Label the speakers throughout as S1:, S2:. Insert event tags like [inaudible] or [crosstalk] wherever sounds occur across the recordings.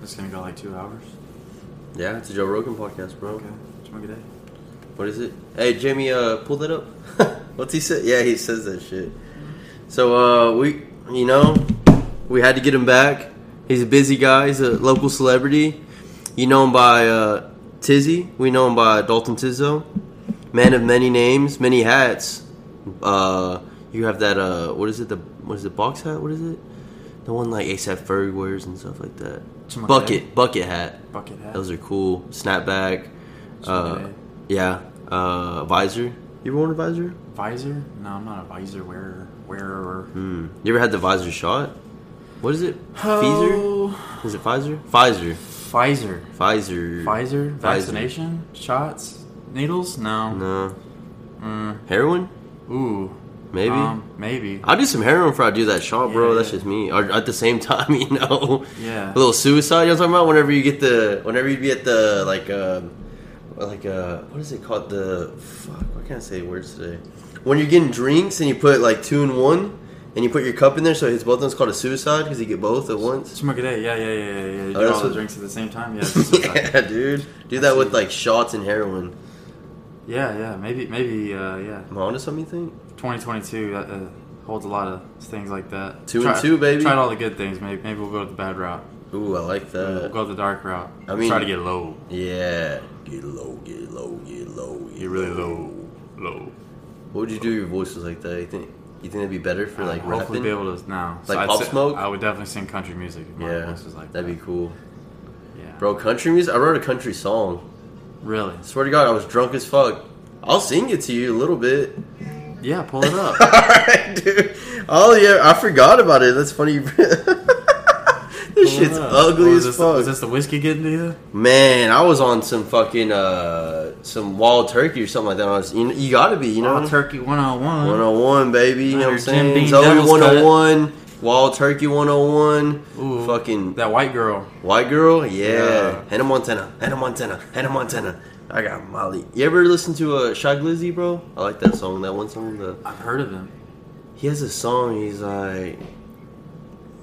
S1: It's gonna go like two hours.
S2: Yeah, it's a Joe Rogan podcast, bro.
S1: Okay, it's my good day.
S2: What is it? Hey, Jamie, uh, pull that up. [laughs] What's he say? Yeah, he says that shit. So, uh, we, you know, we had to get him back. He's a busy guy. He's a local celebrity. You know him by uh, Tizzy. We know him by Dalton Tizzo. Man of many names, many hats. Uh, you have that. Uh, what is it? The what is it? Box hat? What is it? The one like ASAP Ferg wears and stuff like that.
S1: Some of
S2: Bucket, bucket hat.
S1: Bucket hat.
S2: Those are cool. Snapback.
S1: Some
S2: Uh,
S1: good.
S2: yeah. Uh, visor. You ever worn a visor?
S1: Visor? No, I'm not a visor wearer. Wearer.
S2: Hmm. You ever had the visor shot? What is it?
S1: Oh.
S2: Pfizer? Is it Pfizer? Pfizer.
S1: Pfizer.
S2: Pfizer.
S1: Pfizer vaccination shots needles? No.
S2: No.
S1: Mm.
S2: Heroin?
S1: Ooh.
S2: Maybe.
S1: Um, maybe.
S2: I'll do some heroin before I do that shot, bro.
S1: Yeah,
S2: That's
S1: yeah.
S2: just me. Or at the same [laughs] time, you know.
S1: Yeah.
S2: A little suicide. You know what I'm talking about? Whenever you get the, whenever you be at the like, um, like uh, what is it called? The fuck. Why can't I say words today? When you're getting drinks and you put like two in one, and you put your cup in there, so it's both of them. It's called a suicide because you get both at once.
S1: It's my good day. Yeah, yeah, yeah, yeah. yeah. You do
S2: Oh, that's
S1: all the
S2: what-
S1: drinks at the same
S2: [laughs]
S1: time. [laughs] Yeah. it's suicide.
S2: yeah, dude. Do that with like shots and heroin.
S1: yeah, yeah. Maybe, maybe. Uh, yeah.
S2: Am I onto something? You think?
S1: 2022 uh, uh, holds a lot of things like that.
S2: Two and two, baby.
S1: Tried all the good things. Maybe, maybe we'll go to the bad route.
S2: Ooh, I like
S1: we'll
S2: that.
S1: go the dark route.
S2: Uh, I mean-
S1: try to get low.
S2: Yeah. Get low. Get low. Get low.
S1: Get really low, low.
S2: What would you do if your voice was like that? You think you think it'd be better for like
S1: I'd Uh, hopefully
S2: rapping?
S1: be able to now.
S2: Like Pop Smoke?
S1: I would definitely sing country music. If my
S2: yeah,
S1: voice was like
S2: that'd be cool,
S1: that. yeah,
S2: bro. Country music. I wrote a country song.
S1: Really?
S2: Swear to God, I was drunk as fuck. I'll sing it to you a little bit.
S1: Yeah, pull it
S2: [laughs] All
S1: up.
S2: right, dude. Oh yeah, I forgot about it. That's funny. [laughs] this shit's
S1: Pull it up.
S2: ugly
S1: Oh,
S2: as
S1: is this,
S2: fuck.
S1: Is this the whiskey getting to you?
S2: Man, I was on some fucking uh some wild turkey or something like that. I was, you, you gotta be, you know.
S1: Wild Turkey 101.
S2: 101, baby. You know what I'm
S1: Under Jim
S2: saying?
S1: Beam
S2: Zoe
S1: Devil's
S2: 101, Wild Turkey 101,
S1: Ooh.
S2: fucking
S1: That white girl.
S2: White Girl, yeah.
S1: Yeah.
S2: Hannah Montana, Hannah Montana, Hannah Montana. I got Molly. You ever listen to uh, Shy Glizzy, bro? I like that song. That one song. The
S1: I've heard of him.
S2: he has a song. He's like,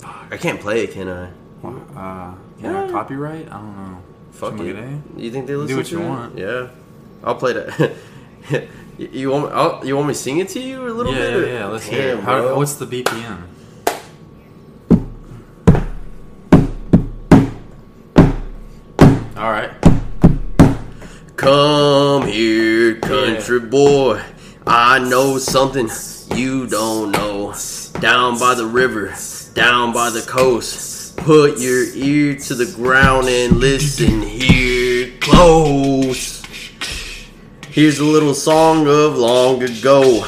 S2: I can't play it, can I?
S1: Uh, yeah,
S2: Yeah.
S1: copyright? I don't know.
S2: Fuck
S1: Somebody
S2: it.
S1: today?
S2: You think they listen
S1: what
S2: to
S1: you
S2: it?
S1: want.
S2: Yeah, I'll play that. [laughs] you you want? I'll, you want me to sing it to you a little
S1: Yeah,
S2: bit? or-
S1: yeah, yeah. Let's
S2: Damn,
S1: hear it. How,
S2: bro.
S1: what's the BPM? All right.
S2: Come here, country boy. I know something you don't know. Down by the river, down by the coast. Put your ear to the ground and listen here close. Here's a little song of long ago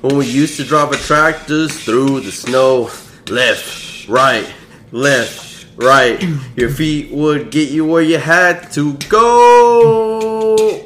S2: when we used to drive our tractors through the snow. Left, right, left, right. Your feet would get you where you had to go.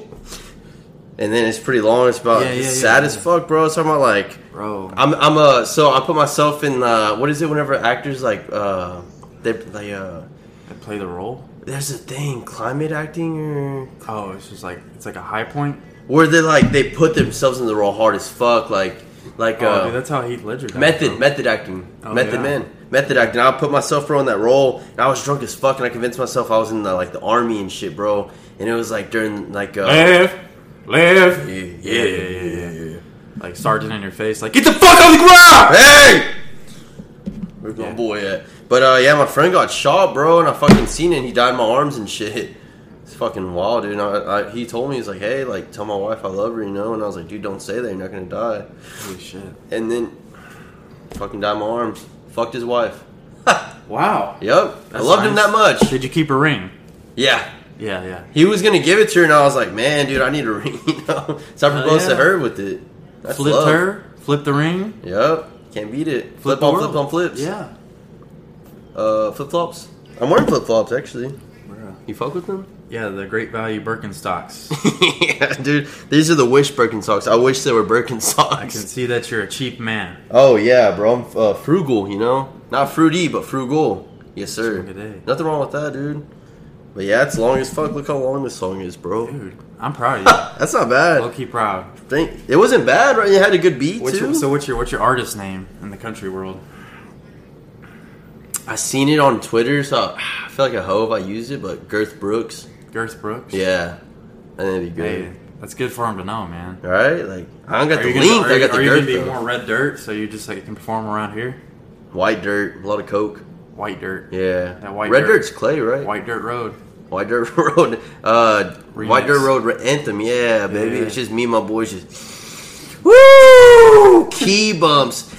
S2: And then it's pretty long. It's about
S1: Yeah, yeah, yeah,
S2: sad as
S1: yeah.
S2: fuck, bro. It's talking about like
S1: Bro.
S2: I'm I'm a so I put myself in uh, what is it whenever actors like uh they they uh
S1: I play the role?
S2: there's a thing climate acting or
S1: Oh, it's just like, it's like a high point?
S2: where they like they put themselves in the role hard as fuck, like like
S1: Oh,
S2: uh,
S1: dude, that's how Heath Ledger died,
S2: method
S1: bro.
S2: method acting,
S1: Oh,
S2: method
S1: yeah.
S2: man, method acting. I put myself bro in that role, and I was drunk as fuck, and I convinced myself I was in the like the army and shit, bro. And it was like during like uh,
S1: Left. Left.
S2: yeah,
S1: Yeah, yeah, yeah, yeah, yeah. Like sergeant in your face, like get the fuck on the ground.
S2: Hey, where's my
S1: Yeah.
S2: boy at? But uh, yeah, my friend got shot, bro, and I fucking seen it. and He died in my arms and shit. It's fucking wild, dude. And I, I, he told me he's like, hey, like tell my wife I love her, you know. And I was like, dude, don't say that. You're not gonna die.
S1: Holy shit!
S2: and then fucking died in my arms. Fucked his wife.
S1: Wow.
S2: Yep. I loved him that much.
S1: Did you keep a ring?
S2: Yeah.
S1: Yeah, yeah.
S2: He was gonna give it to her and I was like, Man, dude, I need [laughs] a ring, you know. So I
S1: Hell
S2: proposed to
S1: Oh, yeah.
S2: her with it. That's
S1: Flipped
S2: love.
S1: her. Flipped the ring.
S2: Yep. Can't beat it. Flip,
S1: the
S2: on
S1: world.
S2: flip on flips.
S1: Yeah.
S2: Uh flip flops. I'm wearing flip flops actually. You fuck with them?
S1: Yeah, the great value Birkenstocks.
S2: [laughs] yeah, dude. These are the wish Birkenstocks. I wish they were [laughs] Birkenstocks.
S1: I can see that you're a cheap man.
S2: Oh yeah, bro. I'm uh, frugal, you know, not fruity, but frugal. Yes, sir.
S1: Smoke a day.
S2: Nothing wrong with that, dude. But yeah, it's long as fuck. Look how long this song is, bro.
S1: Dude, I'm proud of
S2: That's not [laughs]
S1: you. Low
S2: bad.
S1: key proud.
S2: Think it wasn't bad, right? You had a good beat
S1: What's
S2: too.
S1: your, so what's your what's your artist name in the country world?
S2: I seen it on Twitter, so I feel like a hoe if I use it. But Girth Brooks,
S1: Garth Brooks.
S2: yeah, I think it'd be good.
S1: Hey, that's good for him to know, man.
S2: All right, like I don't got
S1: Are
S2: the
S1: you
S2: link.
S1: gonna, are
S2: I
S1: you-
S2: got
S1: are
S2: the
S1: you gonna
S2: girth.
S1: be
S2: though.
S1: more red dirt so you just like can perform around here?
S2: White dirt, a lot of coke.
S1: White dirt.
S2: Yeah,
S1: That white
S2: red
S1: dirt.
S2: dirt's clay, right?
S1: White dirt road.
S2: White Dirt [laughs] Road, uh,
S1: Remix.
S2: White Dirt Road re- anthem. Yeah, baby,
S1: Yeah.
S2: it's just me and my boys just woo key [laughs] bumps.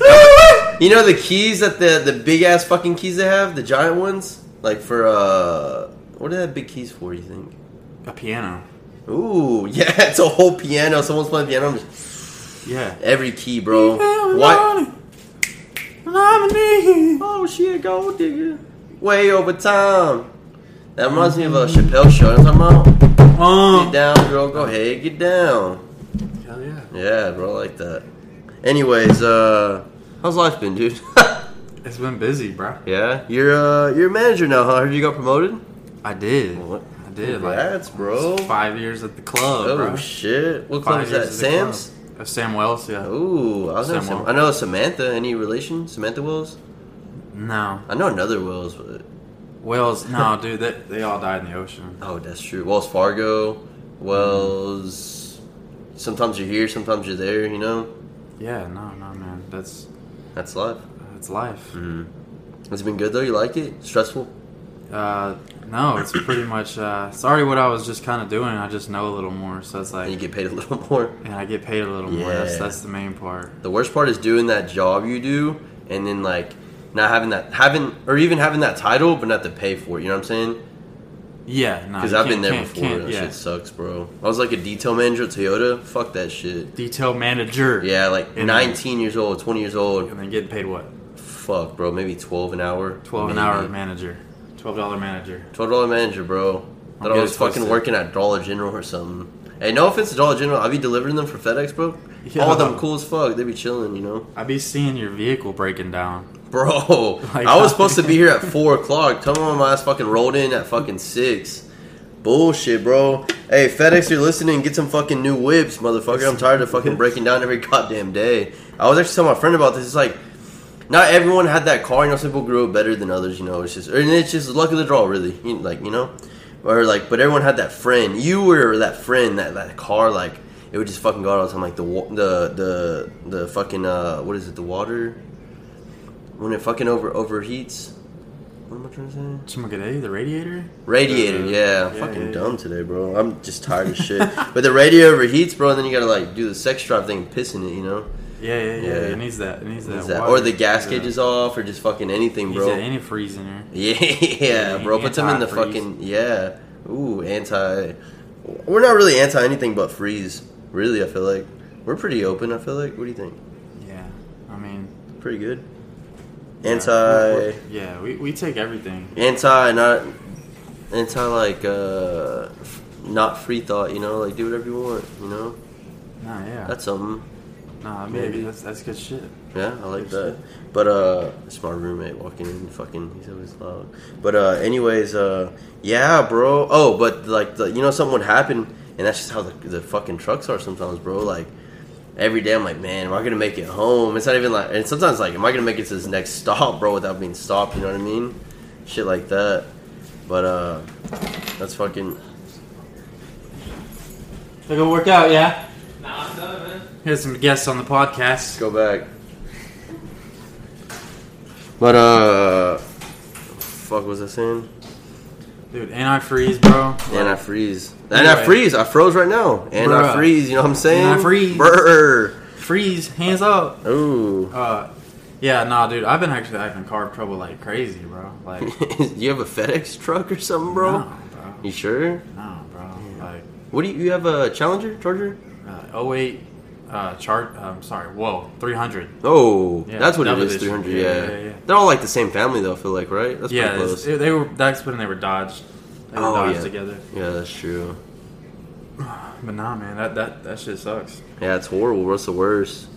S2: you know the keys that the the big ass fucking keys they have, the giant ones, like for uh, what are that big keys for? You think?
S1: A piano.
S2: Ooh, [laughs] yeah, it's a whole piano. Someone's playing piano. I'm just-
S1: Yeah.
S2: every key, bro. What?
S1: Why? Nominee.
S2: Oh, she a gold digger. Way over time. That reminds me of a Chappelle show. You know what I'm talking about? Get
S1: Um.
S2: down, girl. Go ahead, get down.
S1: Hell yeah.
S2: Yeah, bro, I like that. Anyways, uh, how's life been, dude? [laughs]
S1: It's been busy, bro.
S2: yeah, you're uh, you're a manager now, huh? Heard you got promoted.
S1: I did.
S2: What?
S1: I did. Like
S2: Congrats, bro.
S1: five years at the club,
S2: Oh
S1: bro.
S2: shit! What club
S1: Five
S2: is that?
S1: years at the club.
S2: Sam's. Oh.
S1: Uh, Sam Wells, yeah.
S2: Ooh, I was
S1: Sam
S2: gonna say-
S1: Wells.
S2: I know Samantha. Any relation? Samantha Wells?
S1: No.
S2: I know another Wells, but
S1: Wells,
S2: [laughs]
S1: no, dude, they, they all died in the ocean.
S2: oh, that's true. Wells Fargo, Wells. Sometimes you're here, sometimes you're there. You know,
S1: Yeah, no, no, man. That's
S2: that's life.
S1: that's life.
S2: It's been good though. You like it? Stressful?
S1: Uh, no, it's pretty much. Uh, it's already what I was just kind of doing. I just know a little more, so it's
S2: And you
S1: like,
S2: get paid a little [laughs] more.
S1: and I get paid a little more. That's
S2: Yeah.
S1: that's the main part.
S2: The worst part is doing that job you do and then like not having that having or even having that title but not to pay for it. You know what I'm saying?
S1: Yeah, no,
S2: Because
S1: you
S2: I've been
S1: Uh, can't-
S2: there
S1: can't-
S2: before.
S1: can't-
S2: That
S1: yeah.
S2: shit sucks, bro. I was like a detail manager at Toyota. Fuck that shit.
S1: Detail manager.
S2: Yeah, like
S1: And-
S2: 19 years old, 20 years old.
S1: and then getting paid what?
S2: Fuck, bro. Maybe 12 an hour.
S1: Twelve an
S2: Maybe.
S1: hour manager. Twelve dollar manager.
S2: Twelve dollar manager, bro.
S1: I'm
S2: That I was
S1: getting
S2: fucking
S1: twisted.
S2: working at Dollar General or something. Hey, no offense to Dollar General, I be delivering them for FedEx, bro.
S1: [laughs] Yeah.
S2: All of them cool as fuck. They be chilling, you know.
S1: I be seeing your vehicle breaking down.
S2: Bro,
S1: Like,
S2: I was supposed to be here at four o'clock. Tell me when my ass fucking rolled in at fucking six. Bullshit, bro. Hey, FedEx, you're listening. Get some fucking new whips, motherfucker. I'm tired of fucking breaking down every goddamn day. I was actually telling my friend about this. It's like, not everyone had that car. You know, some people grew up better than others. You know, it's just, and it's just luck of the draw, really. You, like, you know, or like, but everyone had that friend. You were that friend that that car. Like, it would just fucking go out all the time. Like the wa- the the the fucking uh, what is it? The water when it fucking over overheats. What am I trying to say?
S1: Chimagaday, the radiator.
S2: Radiator,
S1: The-
S2: yeah. I'm
S1: yeah,
S2: fucking
S1: yeah,
S2: dumb today, bro. I'm just tired of shit. [laughs] But the radio overheats, bro, and then you gotta like do the sex drive thing, pissing it, you know?
S1: Yeah, yeah, yeah.
S2: Yeah.
S1: It needs that. It needs that.
S2: Is that-
S1: water.
S2: or the gas
S1: Yeah.
S2: gauge is off, or just fucking anything,
S1: He's
S2: bro.
S1: got antifreeze in here.
S2: [laughs] Yeah, bro. Put them in the
S1: Antifreeze.
S2: fucking yeah. Ooh, anti. We're not really anti anything but freeze. Really, I feel like we're pretty open. I feel like. What do you think?
S1: Yeah, I mean,
S2: Pretty good.
S1: yeah.
S2: Anti.
S1: Yeah, we, we take everything.
S2: anti not anti like uh not free thought you know like do whatever you want you know
S1: Nah, yeah.
S2: that's something
S1: nah,
S2: maybe.
S1: maybe that's that's good shit.
S2: yeah i like that but uh it's my roommate walking in fucking he's always loud but uh anyways uh yeah bro oh but like the, you know something would happen and that's just how the, the fucking trucks are sometimes bro like Every day I'm like, man, am I gonna make it home? It's not even like, and sometimes like, am I gonna make it to this next stop, bro, without being stopped? You know what I mean? Shit like that. But uh, that's fucking.
S1: They gonna work out, yeah.
S3: Nah, I'm done, man.
S1: Here's some guests on the podcast.
S2: go back. But uh, fuck was I saying?
S1: Dude, antifreeze, bro.
S2: Antifreeze. Antifreeze. I froze right now. Antifreeze. You know what I'm saying?
S1: Antifreeze.
S2: Brr.
S1: Freeze, hands up.
S2: Ooh. [laughs]
S1: Uh, yeah, nah, dude. I've been actually having carb trouble like crazy, bro.
S2: [laughs]
S1: Like,
S2: you have a FedEx truck or something, bro?
S1: no, bro.
S2: You sure?
S1: No, bro. Like,
S2: What do you, you have a Challenger, Charger?
S1: uh, 08 uh, chart. I'm sorry. Whoa, 300.
S2: Oh,
S1: Yeah,
S2: that's what it
S1: double
S2: is.
S1: edition.
S2: 300. Yeah,
S1: Yeah, yeah, yeah.
S2: They're all like the same family though. I feel like right. That's
S1: yeah,
S2: pretty
S1: it's-
S2: close.
S1: it, they were. That's when they were dodged. They were
S2: Oh,
S1: dodged
S2: yeah.
S1: together.
S2: yeah, that's true.
S1: But nah, man, that that that shit sucks.
S2: Yeah, it's horrible. What's the worst?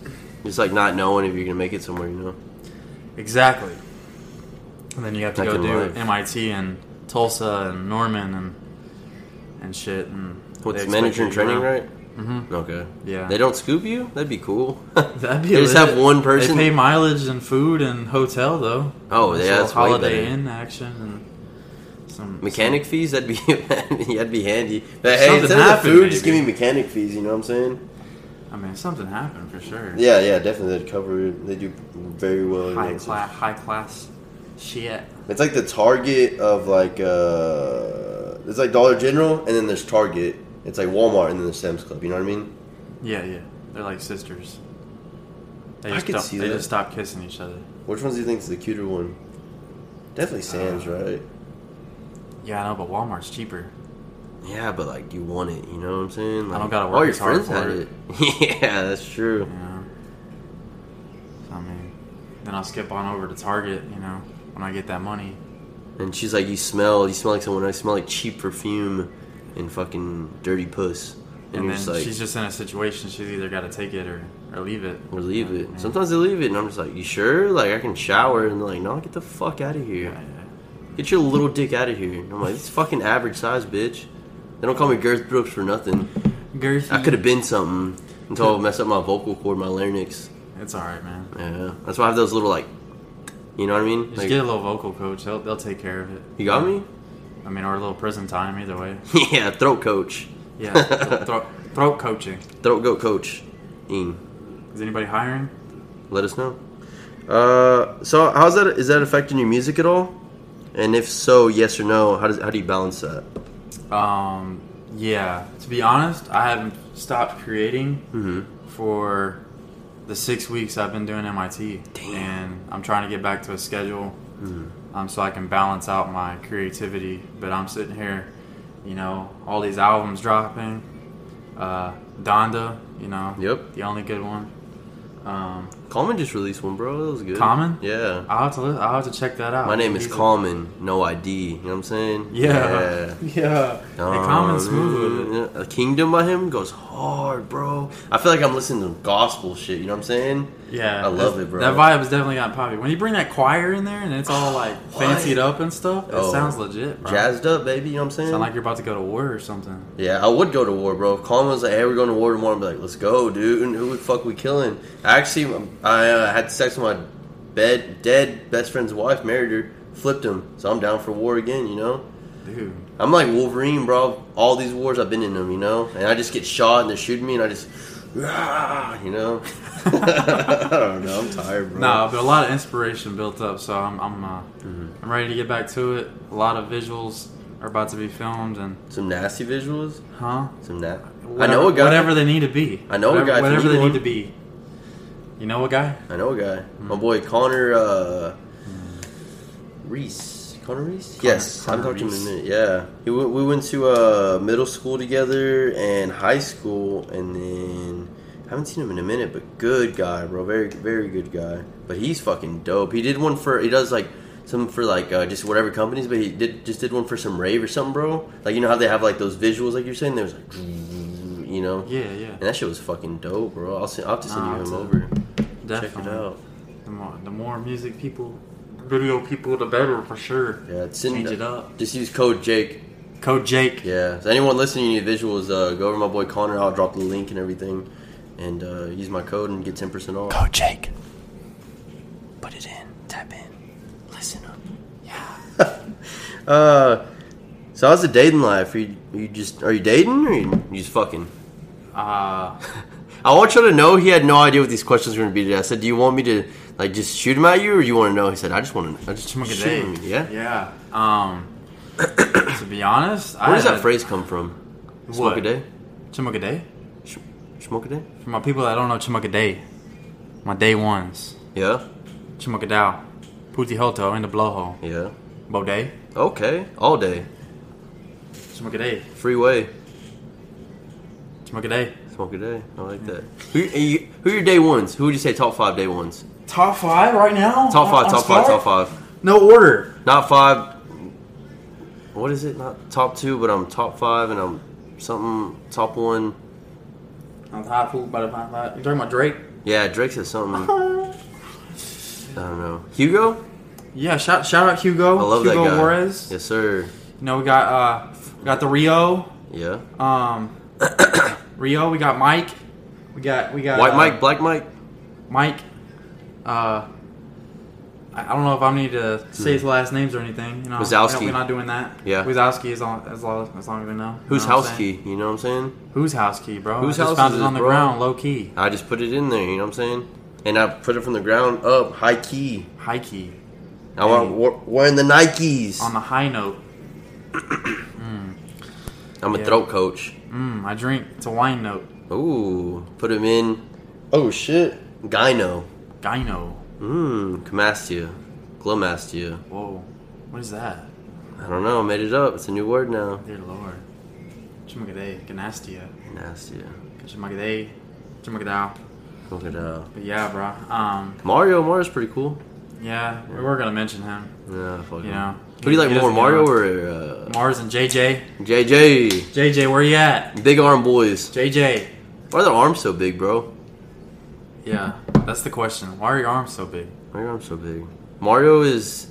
S2: Just like not knowing if you're gonna make it somewhere. You know.
S1: Exactly. And then you have to
S2: Back
S1: go
S2: in
S1: do
S2: life.
S1: MIT and Tulsa and Norman and and shit and
S2: What's
S1: they
S2: manager
S1: expect
S2: and
S1: you to
S2: training,
S1: run.
S2: right?
S1: Mm-hmm.
S2: Okay.
S1: Yeah.
S2: They don't scoop you? That'd be cool.
S1: [laughs] [laughs] That'd be
S2: they just
S1: lit.
S2: have one
S1: They
S2: person.
S1: pay mileage and food and hotel though.
S2: oh,
S1: Nice
S2: yeah,
S1: little
S2: that's way better.
S1: Holiday Inn action and some
S2: Mechanic fees? That'd be [laughs] that'd be handy. But hey,
S1: Something
S2: instead of the
S1: happened,
S2: food, just give
S1: maybe.
S2: me mechanic fees. You know what I'm saying?
S1: some- I mean, something happened for sure.
S2: Yeah, yeah, definitely. They'd cover. it. They do very well. in
S1: High
S2: those.
S1: class, high class, shit.
S2: It's like the Target of like uh, it's like Dollar General, and then there's Target. It's like Walmart, and then there's Sam's Club. You know what I mean?
S1: Yeah, yeah. They're like sisters. They
S2: I
S1: just
S2: could
S1: don't-
S2: see
S1: they
S2: that.
S1: just stop kissing each other.
S2: Which ones do you think is the cuter one? Definitely Sam's, right?
S1: Yeah, I know, but Walmart's cheaper.
S2: Yeah, but like you want it. You know what I'm saying?
S1: I don't gotta work
S2: All your
S1: as hard
S2: friends
S1: for
S2: had it. [laughs]
S1: it.
S2: yeah, that's true.
S1: Yeah. So, I mean, then I'll skip on over to Target. You know, when I get that money.
S2: And she's like, "You smell. You smell like someone. I smell like cheap perfume and fucking dirty puss." And,
S1: And
S2: you're
S1: then
S2: just like,
S1: she's just in a situation. She's either got to take it or, or leave it.
S2: or leave
S1: Yeah,
S2: it.
S1: yeah.
S2: Sometimes they leave it, and I'm just like, "You sure? Like I can shower?" And they're like, "No, get the fuck out of here.
S1: Yeah, yeah.
S2: Get your little dick out of here." And I'm like, "It's fucking average size, bitch." They don't call me Girth Brooks for nothing.
S1: Girthy.
S2: I could have been something until I messed up my vocal cord, my larynx.
S1: It's all right, man.
S2: Yeah, that's why I have those little like, you know what I mean?
S1: Just
S2: Like,
S1: get a little vocal coach. They'll, they'll take care of it.
S2: you got me? [laughs]
S1: I mean, or a little prison time. Either way.
S2: yeah, throat coach,
S1: Yeah.
S2: [laughs]
S1: throat, throat coaching.
S2: throat goat coach. Mm.
S1: Is anybody hiring?
S2: let us know. Uh, so how's that? Is that affecting your music at all? And if so, yes or no? How does how do you balance that?
S1: Um, yeah. To be honest, I haven't stopped creating
S2: Mm-hmm.
S1: for the six weeks I've been doing MIT,
S2: Damn. Mm-hmm.
S1: and I'm trying to get back to a schedule, um, so I can balance out my creativity. But I'm sitting here, you know, all these albums dropping. Uh, Donda, you know,
S2: Yep.
S1: the only good one. Um,
S2: Common just released one, bro. That was good.
S1: Common?
S2: Yeah.
S1: I'll have to li- I'll have to check that out.
S2: My name is
S1: He's a-
S2: Common. No ID. You know what I'm saying?
S1: [laughs]
S2: Um,
S1: Yeah, yeah. Hey, Common smooth with it.
S2: Yeah. A Kingdom by him goes hard, bro. I feel like I'm listening to gospel shit. You know what I'm saying?
S1: Yeah,
S2: I love
S1: that's-
S2: it, bro.
S1: That vibe is definitely got poppy. When you bring that choir in there and it's all like
S2: [sighs] What?
S1: fancied up and stuff, it
S2: Oh.
S1: sounds legit, bro.
S2: Jazzed up, baby. You know what I'm saying?
S1: Sound like you're about to go to war or something.
S2: Yeah, I would go to war, bro. If Colin was like, "Hey, we're going to war tomorrow," I'd be like, "Let's go, dude!" And who the fuck we killing? Actually, I uh, had sex with my bed dead best friend's wife, married her, flipped him, so I'm down for war again. You know,
S1: Dude,
S2: I'm like Wolverine, bro. All these wars I've been in them, you know, and I just get shot and they're shooting me, and I just, "Rah," you know. [laughs] I don't know. I'm tired, bro.
S1: nah, but a lot of inspiration built up, so I'm I'm uh,
S2: Mm-hmm.
S1: I'm ready to get back to it. A lot of visuals are about to be filmed, and
S2: Some nasty visuals.
S1: huh?
S2: Some na- I
S1: Whatever,
S2: know a guy.
S1: whatever they need to be.
S2: I know a
S1: whatever,
S2: guy if you
S1: whatever
S2: need
S1: they
S2: one.
S1: need to be. You know a guy?
S2: I know a guy.
S1: Hmm.
S2: My boy Connor uh, Reese. Connor Reese? yes,
S1: Connor
S2: I'm talking to
S1: Reese.
S2: him in a minute. Yeah, he w- we went to uh, middle school together and high school, and then haven't seen him in a minute. But good guy, bro. Very very good guy. But he's fucking dope. He did one for he does like some for like uh, just whatever companies, but he did just did one for some rave or something, bro. Like you know how they have like those visuals, like you're saying, there was like you know.
S1: Yeah, yeah,
S2: And that shit was fucking dope, bro. I'll, send, I'll have to send
S1: Nah,
S2: you
S1: it's
S2: him
S1: a-
S2: over.
S1: definitely.
S2: Check it out.
S1: The more the more music people, video people, the better for sure.
S2: Yeah, it's in
S1: Change it up.
S2: Just use code Jake.
S1: Code Jake.
S2: Yeah. So anyone listening, you need visuals, uh, go over to my boy Connor. I'll drop the link and everything, and uh, use my code and get ten percent off.
S3: Code Jake. Put it in. Tap in. Listen up.
S2: Uh, so how's the dating life? Are you, you just are you dating or you, you just fucking?
S1: Uh,
S2: I want y'all to know he had no idea what these questions were gonna be today. I said, "Do you want me to like just shoot them at you, or you want to know?" He said, "I just want to. I just want to
S1: Chimagadei.
S2: shoot 'em, Yeah.
S1: Yeah. Um, [coughs] to be honest, I
S2: Where does
S1: had-
S2: that phrase come from? Smoke a
S1: What?
S2: day.
S1: Chimagadei?
S2: Sh- Smoke a day.
S1: For my people that don't know Chimagadei, my day ones,
S2: Yeah.
S1: Chimagadao, Putihoto, and the blowhole,
S2: Yeah.
S1: Bode,
S2: Okay. All day.
S1: Chimagadei,
S2: Freeway.
S1: Chimagadei.
S2: Smoke a day. I like that. Who, are you, who are your day ones? Who would you say top five day ones?
S1: Top five right now.
S2: Top five,
S1: On
S2: top five,
S1: spot?
S2: top five.
S1: No order.
S2: Not five. What is it? Not top two, but I'm top five and I'm something top one.
S1: I'm top food by the five. five. You talking about Drake?
S2: Yeah, Drake said something. I don't know. Hugo?
S1: Yeah. Shout shout out Hugo.
S2: I love
S1: Hugo
S2: that guy.
S1: Juarez.
S2: Yes, sir.
S1: You know we got uh we got the Rio.
S2: Yeah.
S1: Um, [coughs] Rio. We got Mike. We got we got
S2: White
S1: uh,
S2: Mike, Black Mike.
S1: Mike. Uh, I I don't know if I need to say his last names or anything. You know,
S2: Hmm. Wazowski.
S1: We're not doing that.
S2: Yeah.
S1: Wazowski is on as long as long as we know. You
S2: Who's
S1: know what I'm
S2: house
S1: saying?
S2: key? You know what I'm saying?
S1: Who's house key, bro?
S2: Whose
S1: I just
S2: house
S1: found it
S2: is this,
S1: on the
S2: bro?
S1: ground, low key,
S2: I just put it in there. You know what I'm saying? And I put it from the ground up, high key.
S1: high key,
S2: I want we're wearing the Nikes.
S1: on the high note.
S2: I'm a
S1: yeah.
S2: throat coach.
S1: Mmm, I drink. It's a wine note.
S2: Ooh, put him in. Oh shit, gyno.
S1: Gyno.
S2: Mmm, Camastia, Glomastia.
S1: Whoa, what is that?
S2: I don't know. I made it up. It's a new word now.
S1: Dear Lord. Chumagade, Ganastia,
S2: Nastia.
S1: Chumagade, Chumagadao.
S2: Look at uh,
S1: But yeah, bro. Um,
S2: Mario. Mario's pretty cool.
S1: yeah, we were gonna mention him.
S2: Yeah, fuck him.
S1: Yeah.
S2: Who do you like
S1: He
S2: more,
S1: doesn't
S2: Mario
S1: get
S2: or uh,
S1: Mars and JJ.
S2: JJ?
S1: JJ, where you at?
S2: Big arm boys.
S1: JJ.
S2: Why are their arms so big, bro?
S1: Yeah, [laughs] that's the question. Why are your arms so big?
S2: Why are your arms so big? Mario is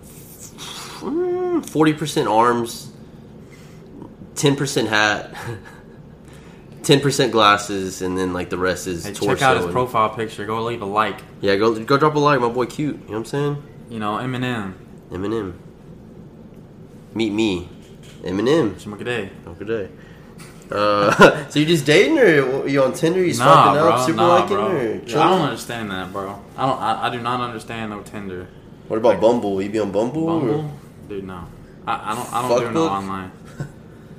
S2: mm, forty percent arms, ten percent hat, [laughs] ten percent glasses, and then like the rest is
S1: Hey,
S2: torso.
S1: check out his
S2: and-
S1: profile picture. Go leave a like.
S2: yeah, go go drop a like, my boy. Cute. You know what I'm saying?
S1: You know, Eminem,
S2: Eminem. Meet me, Eminem.
S1: Chumagade.
S2: Have a good day. Uh, [laughs] so you just dating or you on Tinder? You
S1: Nah,
S2: swapping
S1: bro.
S2: up, super
S1: nah,
S2: liking,
S1: bro.
S2: or
S1: I don't
S2: chilling?
S1: understand that, bro. I don't. I, I do not understand no Tinder.
S2: What about Bumble? You be on Bumble?
S1: Bumble,
S2: Or?
S1: dude. No, I, I don't. I don't
S2: Fuck
S1: do no
S2: book?
S1: online.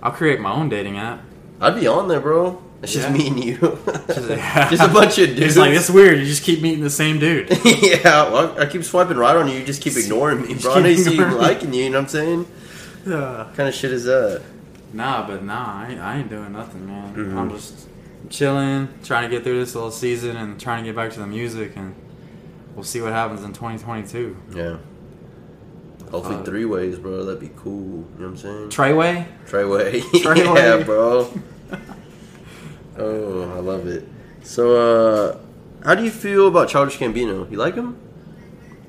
S1: I'll create my own dating
S2: [laughs]
S1: app.
S2: I'd be on there, bro. It's just
S1: Yeah. [laughs]
S2: me and you. [laughs] just a bunch of dudes. [laughs]
S1: It's like it's weird. You [laughs] just keep meeting the same dude.
S2: yeah, well, I I keep swiping right on you. You just keep ignoring me,
S1: Just
S2: bro. I know you
S1: keep
S2: see you
S1: ignoring me.
S2: liking you. You know what I'm saying? What kind of shit is that?
S1: Nah, but nah, I, ain't- I ain't doing nothing, man. I'm just chilling, trying to get through this little season, and trying to get back to the music, and we'll see what happens in 2022.
S2: Yeah. Hopefully
S1: Fuck.
S2: three ways, bro. That'd be cool. You know what I'm saying?
S1: Treyway,
S2: [laughs] Treyway.
S1: Treyway. [laughs]
S2: yeah, bro. oh, I love it. So, uh, how do you feel about Childish Gambino? You like him?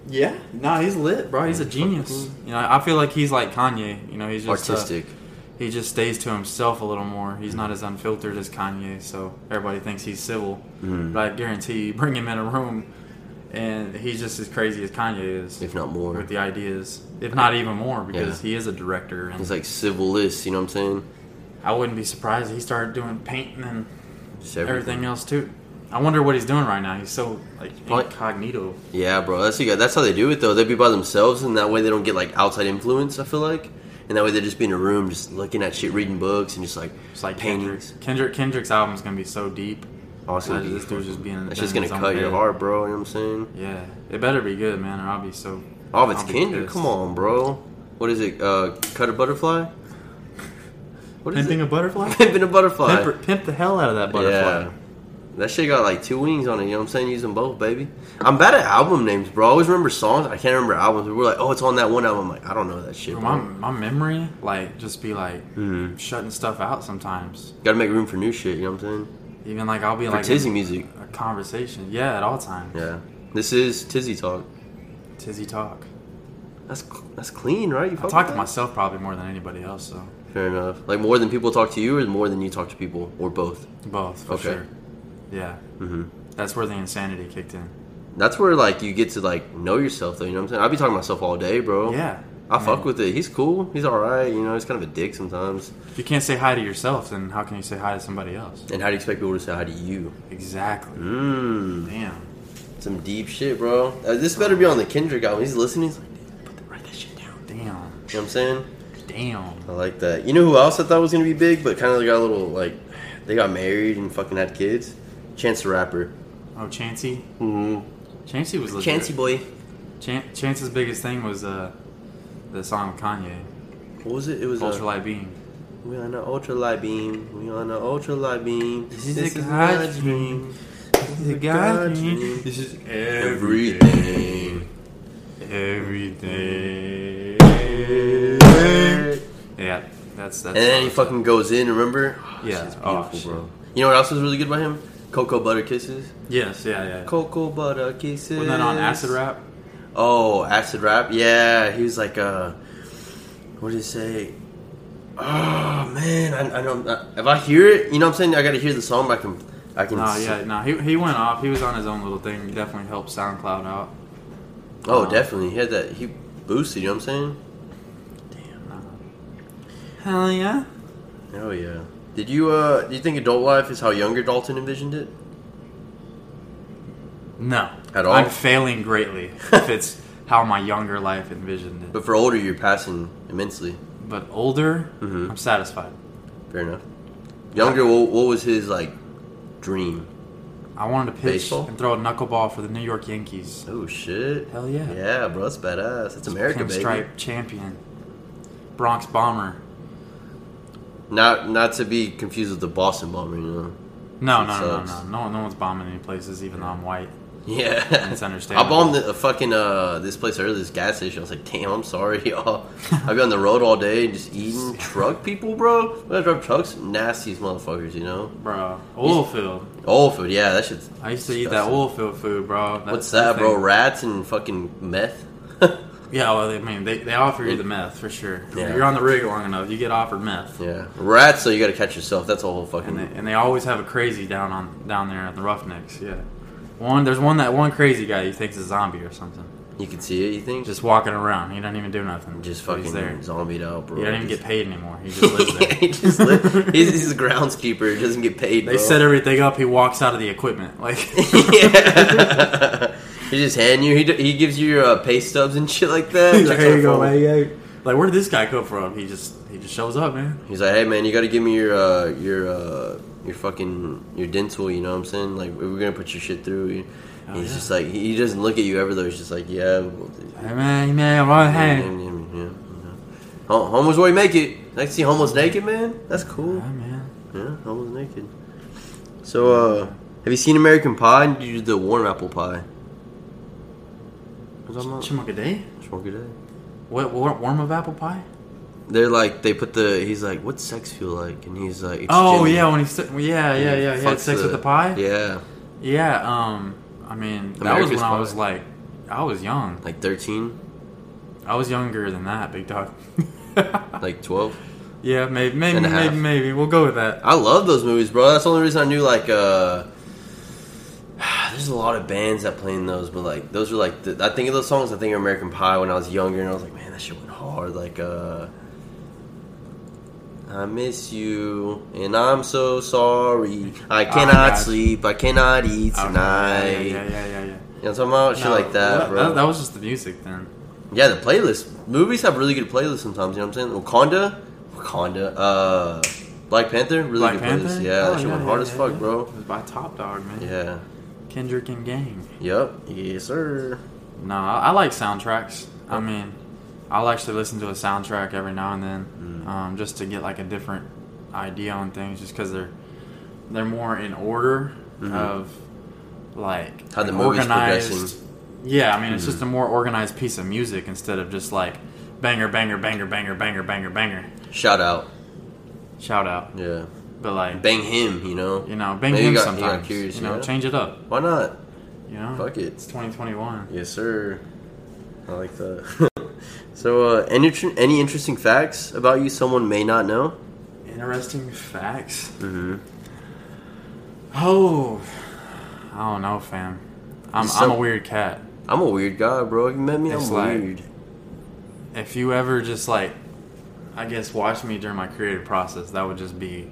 S1: yeah, nah, he's lit, bro. He's a genius. You know, I feel like he's like Kanye. You know, he's just uh,
S2: Artistic.
S1: he just stays to himself a little more. He's not as unfiltered as Kanye, so everybody thinks he's civil. But I guarantee you, [laughs] bring him in a room, and he's just as crazy as Kanye is
S2: if not more.
S1: with the ideas, if not even more, because
S2: Yeah.
S1: he is a director. And
S2: He's like civilist, you know what I'm saying?
S1: I wouldn't be surprised if he started doing painting and
S2: Just
S1: everything else too. I wonder what he's doing right now. He's so like
S2: Probably-
S1: incognito.
S2: Yeah, bro. That's the- that's how they do it though. They be by themselves, and that way they don't get like outside influence. I feel like, and that way they just be in a room, just looking at shit, reading books, and just like
S1: It's like Kendrick.
S2: paintings.
S1: Kendrick Kendrick's album's gonna be so deep.
S2: Also,
S1: Uh, this dude's just being.
S2: that's
S1: been
S2: just
S1: in
S2: gonna
S1: his own
S2: cut your
S1: head.
S2: heart, bro. You know what I'm saying?
S1: Yeah, it better be good, man, or I'll be so.
S2: Oh, if it's
S1: I'll be
S2: Kendrick,
S1: pissed.
S2: come on, bro. What is it? Uh, cut a butterfly. What is
S1: Pimping
S2: it?
S1: a butterfly.
S2: [laughs] Pimping a butterfly.
S1: Pimp, pimp the hell out of that butterfly.
S2: Yeah. That shit got like two wings on it, you know what I'm saying? Use them both, baby. I'm bad at album names, bro. I always remember songs. I can't remember albums. We were like, oh, it's on that one album. I'm like, I don't know that shit.
S1: Bro,
S2: Bro.
S1: My, my memory, like, just be like
S2: Mm-hmm.
S1: shutting stuff out sometimes.
S2: Gotta make room for new shit, you know what I'm saying?
S1: Even like I'll be
S2: For
S1: like
S2: Tizzy
S1: in
S2: music.
S1: a conversation. Yeah, at all times.
S2: Yeah. This is Tizzy Talk.
S1: Tizzy talk.
S2: That's cl- that's clean, right? You
S1: I
S2: fuck
S1: talk
S2: with
S1: to
S2: that?
S1: myself probably more than anybody else, so
S2: Fair enough. Like more than people talk to you or more than you talk to people or both?
S1: both for
S2: Okay.
S1: sure. Yeah,
S2: Mm-hmm.
S1: that's where the insanity kicked in.
S2: That's where like you get to like know yourself though, you know what I'm saying? I'll be talking to myself all day, bro.
S1: Yeah,
S2: Oh, I fuck with it. He's cool. He's alright. You know, he's kind of a dick sometimes.
S1: If you can't say hi to yourself, then how can you say hi to somebody else?
S2: And how do you expect people to say hi to you?
S1: Exactly.
S2: Mmm.
S1: Damn.
S2: Some deep shit, bro. Uh, this better be on the Kendrick album. He's listening. He's like, you
S3: Write that shit down.
S1: Damn.
S2: know what I'm saying?
S1: Damn.
S2: I like that. You know who else I thought was gonna be big, but kind of got a little like, they got married and fucking had kids. Chance the Rapper.
S1: Oh, Chancey.
S2: Mm-hmm.
S1: Chancey was legit.
S2: Chancey boy.
S1: Chan- Chance's biggest thing was uh, the song with Kanye,
S2: What was it? It was
S1: Ultra
S2: ultra.
S1: Light Beam.
S2: we on an ultra light beam. We on an ultra light beam.
S1: This is a God's dream. This is a God's dream. This is
S2: Everything.
S1: Everything. Yeah, that's that's.
S2: And then he fucking goes in. Remember?
S1: Yeah.
S2: It's
S1: Oh,
S2: beautiful,
S1: shit.
S2: bro. You know what else was really good about him? Cocoa butter kisses.
S1: Yes. Yeah. Yeah.
S2: Cocoa butter kisses.
S1: Wasn't that on Acid Rap?
S2: Oh, acid rap. Yeah, he was like, uh, what did he say? Oh man, I, I don't. I, if I hear it, you know what I'm saying. I gotta hear the song. But I can. I can.
S1: No,
S2: s-
S1: Ah, yeah, no. He, he went off. He was on his own little thing. He definitely helped SoundCloud out.
S2: Oh,
S1: Um,
S2: definitely. He had that. He boosted. You know what I'm
S1: Hell yeah.
S2: saying? Hell Oh, yeah. Did you? uh Do you think adult life is how younger Dalton envisioned it?
S1: No.
S2: At all?
S1: I'm failing greatly
S2: [laughs]
S1: if it's how my younger life envisioned it.
S2: But for older, you're passing immensely.
S1: But older,
S2: Mhm.
S1: I'm satisfied.
S2: Fair enough. Younger, what, what was his like dream?
S1: I wanted to pitch
S2: Baseball?
S1: and throw a knuckleball for the New York Yankees.
S2: Oh shit!
S1: Hell yeah.
S2: Yeah, bro, that's badass. That's America, baby.
S1: Pinstripe champion. Bronx Bomber.
S2: Not not to be confused with the Boston Bomber, you know.
S1: No, no, no, no,
S2: Sucks.
S1: no, no. No one's bombing any places, even though I'm white.
S2: Yeah,
S1: It's understandable.
S2: I bombed a fucking uh this place earlier, this gas station. I was like, damn, I'm sorry, [laughs]
S1: [laughs]
S2: y'all. I've been on the road all day just eating truck people, bro. When I drive trucks, nasty as motherfuckers, you know.
S1: Bro, oil field.
S2: Oil food, yeah, that shit's.
S1: I used to eat that
S2: disgusting.
S1: oil field food, bro. That's
S2: What's
S1: the
S2: that, bro?
S1: thing.
S2: Rats and fucking meth. [laughs]
S1: Yeah, well, I mean, they, they offer you the meth for sure.
S2: Yeah.
S1: You're on the rig long enough, you get offered meth.
S2: yeah, rats. So you got to catch yourself. That's a whole fucking.
S1: and they, and they always have a crazy down on down there at the Roughnecks. Yeah, one there's one that one crazy guy you think's a zombie or something,
S2: you can see it. You think just
S1: just walking around. He doesn't even do nothing.
S2: just
S1: But
S2: fucking
S1: He's there.
S2: zombied out, bro.
S1: He doesn't even
S2: Just-
S1: get paid anymore.
S2: [laughs]
S1: He just lives there.
S2: he just li- he's, [laughs] he's a groundskeeper. He doesn't get
S1: [laughs]
S2: paid.
S1: they
S2: bro.
S1: set everything up. He walks out of the equipment. Like
S2: [laughs] yeah. [laughs] he just hand you. He, d- he gives you your uh, pay stubs and shit like that.
S1: He's like,
S2: Checks
S1: "Here
S2: on
S1: you go,
S2: phone.
S1: man. Like where did this guy come from? He just he just shows up, man.
S2: He's like, hey man, you got to give me your uh, your uh, your fucking your dental. You know what I'm saying? Like we're gonna put your shit through. He's
S1: Oh, yeah.
S2: just like he he doesn't look at you ever though. He's just like, yeah. We'll do
S1: Hey man, man, right
S2: yeah,
S1: hand.
S2: yeah, yeah, yeah. Hom- Homeless way make it. I can see homeless naked, man. That's cool.
S1: Yeah, man.
S2: Yeah, homeless naked. So, uh, have you seen American Pie? Did you do the warm apple pie? What's that about?
S1: Chimukaday?
S2: Smoke it out.
S1: What war- warm of apple pie?
S2: They're like they put the he's like what's sex feel like and he's like it's
S1: Oh
S2: Jimmy.
S1: yeah, when he said yeah yeah yeah he had
S2: Fucks
S1: sex with the pie.
S2: yeah
S1: Yeah, um, I mean, that was
S2: America's
S1: when I
S2: Pie.
S1: was like, I was young.
S2: like thirteen
S1: I was younger than that, big dog. [laughs]
S2: like twelve
S1: yeah, maybe, maybe,
S2: And a half.
S1: maybe, maybe. We'll go with that.
S2: I love those movies bro that's the only reason I knew like uh [sighs] there's a lot of bands that play in those but like those are like the, I think of those songs I think of American Pie when I was younger and I was like man that shit went hard like uh I miss you and I'm so sorry
S1: my
S2: I cannot
S1: gosh.
S2: sleep I cannot eat
S1: Oh,
S2: tonight
S1: Ah, Yeah, yeah, yeah, yeah. yeah.
S2: you know what I'm talking about shit
S1: No,
S2: like that bro
S1: That, was just the music then.
S2: Yeah, the playlist. Movies have really good playlists sometimes, you know what I'm saying? Wakanda? Wakanda. Uh Black Panther, really
S1: Black
S2: good
S1: Panther.
S2: playlist. Yeah,
S1: Oh,
S2: that shit went hard as
S1: yeah,
S2: fuck,
S1: yeah.
S2: bro.
S1: It was by Top Dog, man.
S2: Yeah.
S1: Kendrick and Gang.
S2: Yep. Yes, sir.
S1: No, I, I like soundtracks. I mean, I'll actually listen to a soundtrack every now and
S2: Mm.
S1: then, um, just to get like a different idea on things, just because they're they're more in order of like
S2: Mm-hmm. How the
S1: an
S2: movie's progressing. Mm-hmm.
S1: Yeah, I mean, it's just a more organized piece of music instead of just like banger, banger, banger, banger, banger, banger, banger.
S2: Shout out.
S1: Shout out,
S2: Yeah.
S1: but like
S2: Bang him, you know?
S1: you know, bang
S2: Maybe
S1: him
S2: you got- you got
S1: sometimes.
S2: curious,
S1: you know,
S2: yeah.
S1: change it up.
S2: Why not?
S1: You know,
S2: Fuck
S1: it's
S2: it.
S1: 2021.
S2: Yes, sir. I like that. [laughs] so, uh, any, tr- any interesting facts about you someone may not know?
S1: Interesting facts.
S2: Mm-hmm.
S1: Oh, I don't know, fam. I'm,
S2: So-
S1: I'm a weird cat.
S2: I'm a weird guy, bro. You met me, I'm
S1: It's like-
S2: weird.
S1: If you ever just like, I guess, watched me during my creative process, that would just be,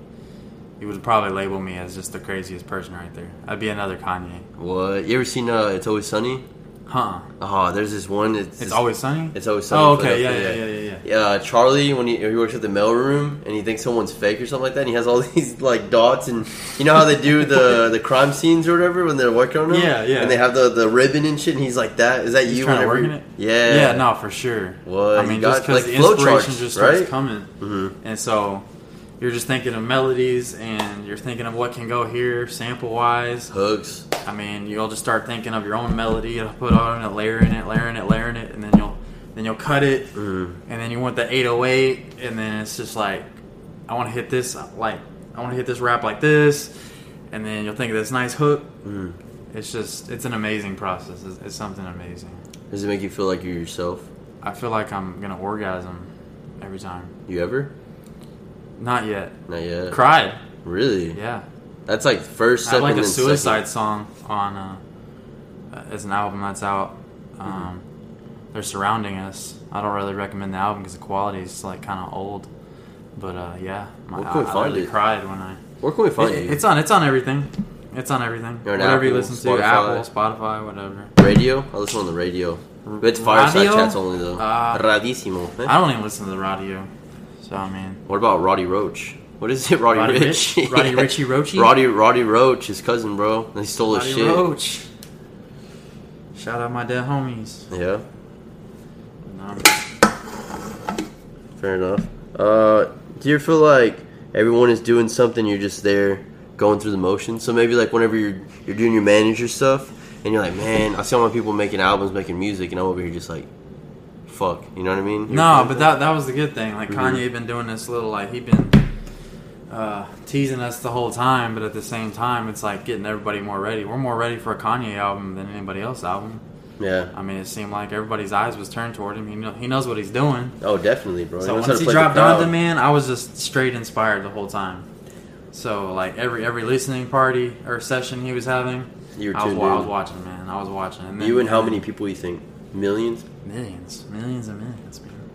S1: you would probably label me as just the craziest person right there. I'd be another Kanye.
S2: What? You ever seen uh, It's Always Sunny?
S1: Huh?
S2: Oh, there's this one. It's,
S1: It's
S2: this-
S1: always sunny.
S2: It's always sunny.
S1: Oh,
S2: in
S1: okay. Yeah,
S2: Philadelphia,
S1: yeah, yeah, yeah, yeah.
S2: Yeah, uh, Charlie, when he, he works at the mailroom and he thinks someone's fake or something like that, and he has all [laughs] these like dots, and you know how they do the the crime scenes or whatever when they're working on them.
S1: Yeah, yeah.
S2: And they have the, the ribbon and shit, and he's like, "That is that
S1: He's
S2: you?"
S1: trying to
S2: whenever
S1: work in
S2: you-"
S1: it? Yeah,
S2: Yeah,
S1: no, for sure.
S2: What?
S1: I
S2: You
S1: mean,
S2: got,
S1: just because
S2: like,
S1: the
S2: flow charts,
S1: inspiration just starts
S2: right?
S1: coming,
S2: Mm-hmm.
S1: and so you're just thinking of melodies, and you're thinking of what can go here, sample wise.
S2: Hooks.
S1: I mean, you'll just start thinking of your own melody. You'll put on it, layering it, layering it, layering it, and then you'll then you'll cut it,
S2: Mm-hmm.
S1: and then you want the 808, and then it's just like, I want to hit this like I want to hit this rap like this, and then you'll think of this nice hook.
S2: Mm-hmm.
S1: It's just it's an amazing process. It's, it's something amazing.
S2: Does it make you feel like you're yourself?
S1: I feel like I'm gonna orgasm every time.
S2: You ever?
S1: Not yet.
S2: Not yet.
S1: Cried.
S2: Really?
S1: Yeah.
S2: That's like first,
S1: I have
S2: second,
S1: like a
S2: and
S1: suicide song on uh, as an album that's out.
S2: Mm-hmm.
S1: Um, They're surrounding us. I don't really recommend the album because the quality is like kind of old. But uh, yeah, my,
S2: Where
S1: I,
S2: can we
S1: I
S2: find
S1: literally
S2: it?
S1: cried when I.
S2: second. Where can we find
S1: It-
S2: you?
S1: it's on. It's on everything. It's on everything.
S2: You're on
S1: Whatever you
S2: Apple,
S1: listen to,
S2: Spotify.
S1: Apple, Spotify, whatever.
S2: radio. I listen on the radio. It's fireside
S1: Radio?
S2: chats only though.
S1: Uh,
S2: Radissimo. eh?
S1: I don't even listen to the radio, so I mean,
S2: What about Roddy Roach? What is it, Roddy,
S1: Roddy
S2: Rich?
S1: Rich?
S2: [laughs]
S1: Roddy Richie Roachy?
S2: Roddy Roddy Roach, his cousin, bro. He stole his
S1: Roddy
S2: shit.
S1: Roach. Shout out my dead homies.
S2: Yeah,
S1: No,
S2: fair enough. Uh, do you feel like everyone is doing something? You're just there going through the motions. So maybe like whenever you're you're doing your manager stuff, and you're like, man, I see all my people making albums, making music, and I'm over here just like, fuck. You know what I mean?
S1: no but that that was the good thing. Like
S2: Mm-hmm.
S1: Kanye been doing this little like he been uh, teasing us the whole time, but at the same time, it's like getting everybody more ready. We're more ready for a Kanye album than anybody else album.
S2: Yeah.
S1: I mean, it seemed like everybody's eyes was turned toward him. He know, he knows what he's doing.
S2: Oh, definitely, bro.
S1: So
S2: knows how
S1: once
S2: to
S1: he
S2: play the
S1: dropped
S2: crowd.
S1: onto man, I was just straight inspired the whole time. So like every every listening party or session he was having,
S2: You were
S1: I, was,
S2: tuned
S1: wa- I
S2: in.
S1: was watching, man. I was watching. And then,
S2: You and how many people you think? Millions?
S1: Millions, millions and millions, man.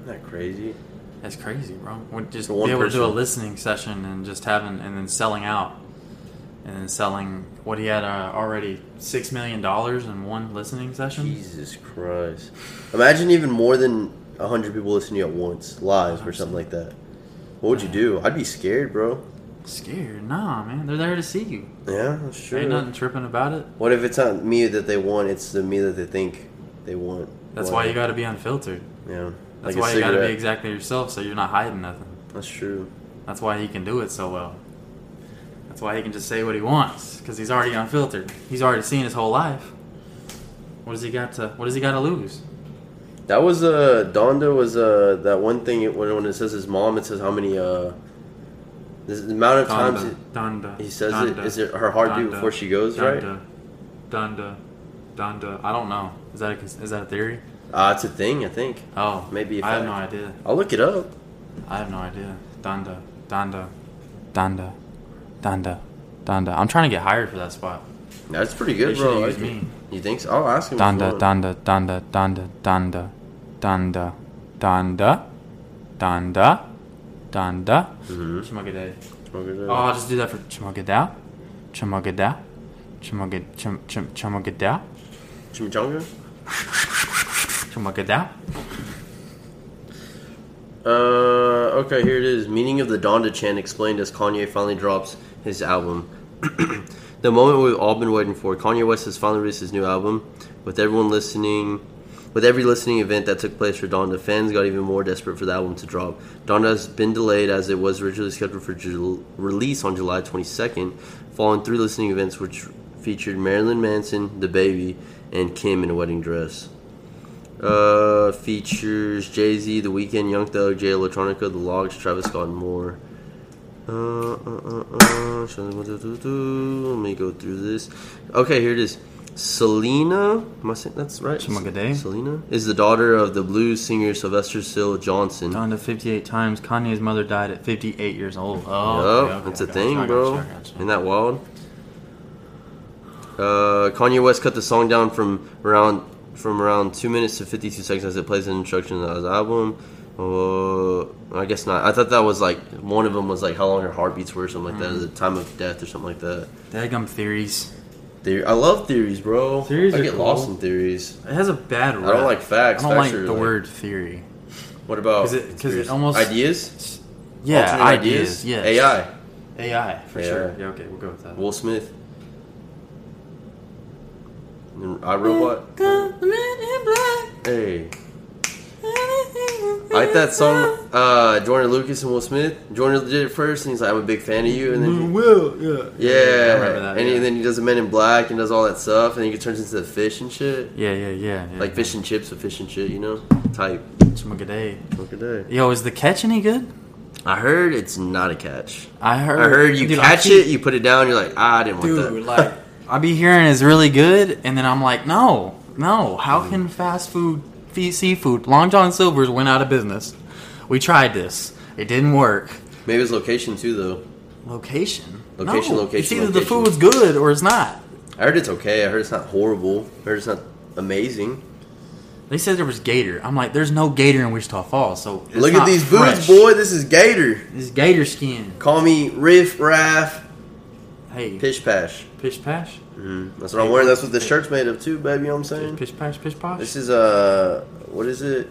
S2: Isn't that crazy?
S1: That's crazy, bro. Would just
S2: For
S1: be
S2: one
S1: able to do a
S2: person.
S1: listening session and just having and then selling out, and then selling what he had uh, already six million dollars in one listening session.
S2: Jesus Christ. Imagine even more than 100 people listen to you at once, live or something like that. What would you do? I'd be scared, bro.
S1: Scared? Nah, man. They're there to see you.
S2: Yeah, that's true.
S1: Ain't nothing tripping about it.
S2: What if it's not me that they want, it's the me that they think they want?
S1: That's
S2: Wow.
S1: why you got to be unfiltered.
S2: Yeah.
S1: That's
S2: Like a
S1: why you got to be
S2: cigarette.
S1: exactly yourself, so you're not hiding nothing.
S2: That's true.
S1: That's why he can do it so well. That's why he can just say what he wants because he's already unfiltered. He's already seen his whole life. What does he got to? What does he got to lose?
S2: That was uh Donda was uh that one thing it, when when it says his mom it says how many uh this the amount of times
S1: Donda.
S2: it-
S1: Donda.
S2: he says
S1: Donda.
S2: it is it her heartbeat
S1: Donda.
S2: before she goes right?
S1: Donda. Donda. Donda. I don't know. Is that a, cons- is that a theory?
S2: Uh, it's a thing I think.
S1: Oh,
S2: Maybe a
S1: I have no
S2: fact.
S1: idea.
S2: I'll look it up.
S1: I have no idea. Donda. Donda. Donda. Donda. Donda. I'm trying to get hired for that spot.
S2: That's pretty
S1: They
S2: good,
S1: should
S2: bro. I
S1: use
S2: like
S1: me.
S2: it. You think so? I'll ask him.
S1: Donda,
S2: if you want.
S1: donda, donda, donda, donda, donda, donda, donda, donda.
S2: Mm-hmm.
S1: Chumagadao.
S2: Smoke it
S1: Oh,
S2: out.
S1: I'll just do that for Chumagadao. Chumagadao. Chumagad- chum- chum- Chumagadao.
S2: Chimichanga?
S1: Chumagadao.
S2: Uh, okay, here it is. Meaning of the Donda chant explained as Kanye finally drops his album. [clears throat] the moment we've all been waiting for. Kanye West has finally released his new album. With everyone listening, with every listening event that took place for Donda, fans got even more desperate for the album to drop. Donda has been delayed as it was originally scheduled for Jul- release on July 22nd, following three listening events which featured Marilyn Manson, The Baby, and Kim in a wedding dress. Uh, features Jay Z, The Weeknd, Young Thug, Jay Electronica, The Logs, Travis Scott, and more. Uh, uh, uh, uh, let me go through this. Okay, here it is. Selena, am I saying that's right?
S1: Shimagadeh.
S2: Selena is the daughter of the blues singer Sylvester Still Johnson.
S1: Donda 58 times. Kanye's mother died at 58 years old. Oh,
S2: Yup,
S1: okay, okay,
S2: it's a
S1: I got you, I
S2: thing,
S1: got
S2: bro.
S1: you, I got you.
S2: Isn't that wild? Uh, Kanye West cut the song down from around from around two minutes to fifty two seconds as it plays an introduction of his album. Uh, I guess not. I thought that was like one of them was like how long her heartbeats were, or something like that,
S1: Mm-hmm.
S2: or the time of death, or something like that.
S1: Dadgum theories.
S2: Theory. I love theories, bro.
S1: Theories
S2: I
S1: are
S2: get
S1: cool.
S2: lost in theories.
S1: It has a bad.
S2: I don't
S1: rep.
S2: like facts.
S1: I don't
S2: Facts
S1: like
S2: are,
S1: the
S2: like-
S1: word theory.
S2: What about
S1: 'Cause it- 'cause it
S2: conspiracy?
S1: almost-
S2: ideas?
S1: Yeah,
S2: Alternate
S1: ideas. Yes.
S2: AI.
S1: AI for
S2: AI.
S1: sure. Yeah, okay, we'll go with that.
S2: Will Smith. And I robot. Hey. I like that song, uh, Jordan Lucas and Will Smith. Jordan did it first, and he's like, "I'm a big fan of you," and then he,
S1: Will, Mm-hmm. yeah.
S2: yeah,
S1: I remember that.
S2: and he-
S1: yeah.
S2: then he does the Men in Black and does all that stuff, and then he turns into the fish and shit,
S1: yeah, yeah, yeah, yeah.
S2: like fish and chips with fish and shit, you know, type.
S1: Chumagaday.
S2: Look at that.
S1: Yo, is the catch any good?
S2: I heard it's not a catch.
S1: I heard.
S2: I heard you
S1: Dude, I
S2: catch
S1: keep-
S2: it, you put it down, you're like, ah, I didn't want
S1: Dude,
S2: that.
S1: like [laughs] I be hearing is really good, and then I'm like, no, no. How
S2: Mm.
S1: can fast food, fe- seafood, Long John Silver's went out of business? We tried this. It didn't work.
S2: [laughs] Maybe it's location too, though.
S1: Location.
S2: Location,
S1: no.
S2: location,
S1: It's either the
S2: location.
S1: food's good or it's not.
S2: I heard it's okay. I heard it's not horrible. I heard it's not amazing.
S1: They said there was gator. I'm like, there's no gator in Wichita Falls. So it's
S2: Look at
S1: not
S2: these
S1: fresh.
S2: boots, boy. This is Gator.
S1: This is gator skin.
S2: Call me Riff Raff
S1: Hey, pish,
S2: Pish Pash.
S1: pash, Mm-hmm.
S2: That's what I'm wearing. That's what this shirt's made of too, baby. You know what I'm saying?
S1: pish pash, pish posh.
S2: This is uh, what is it?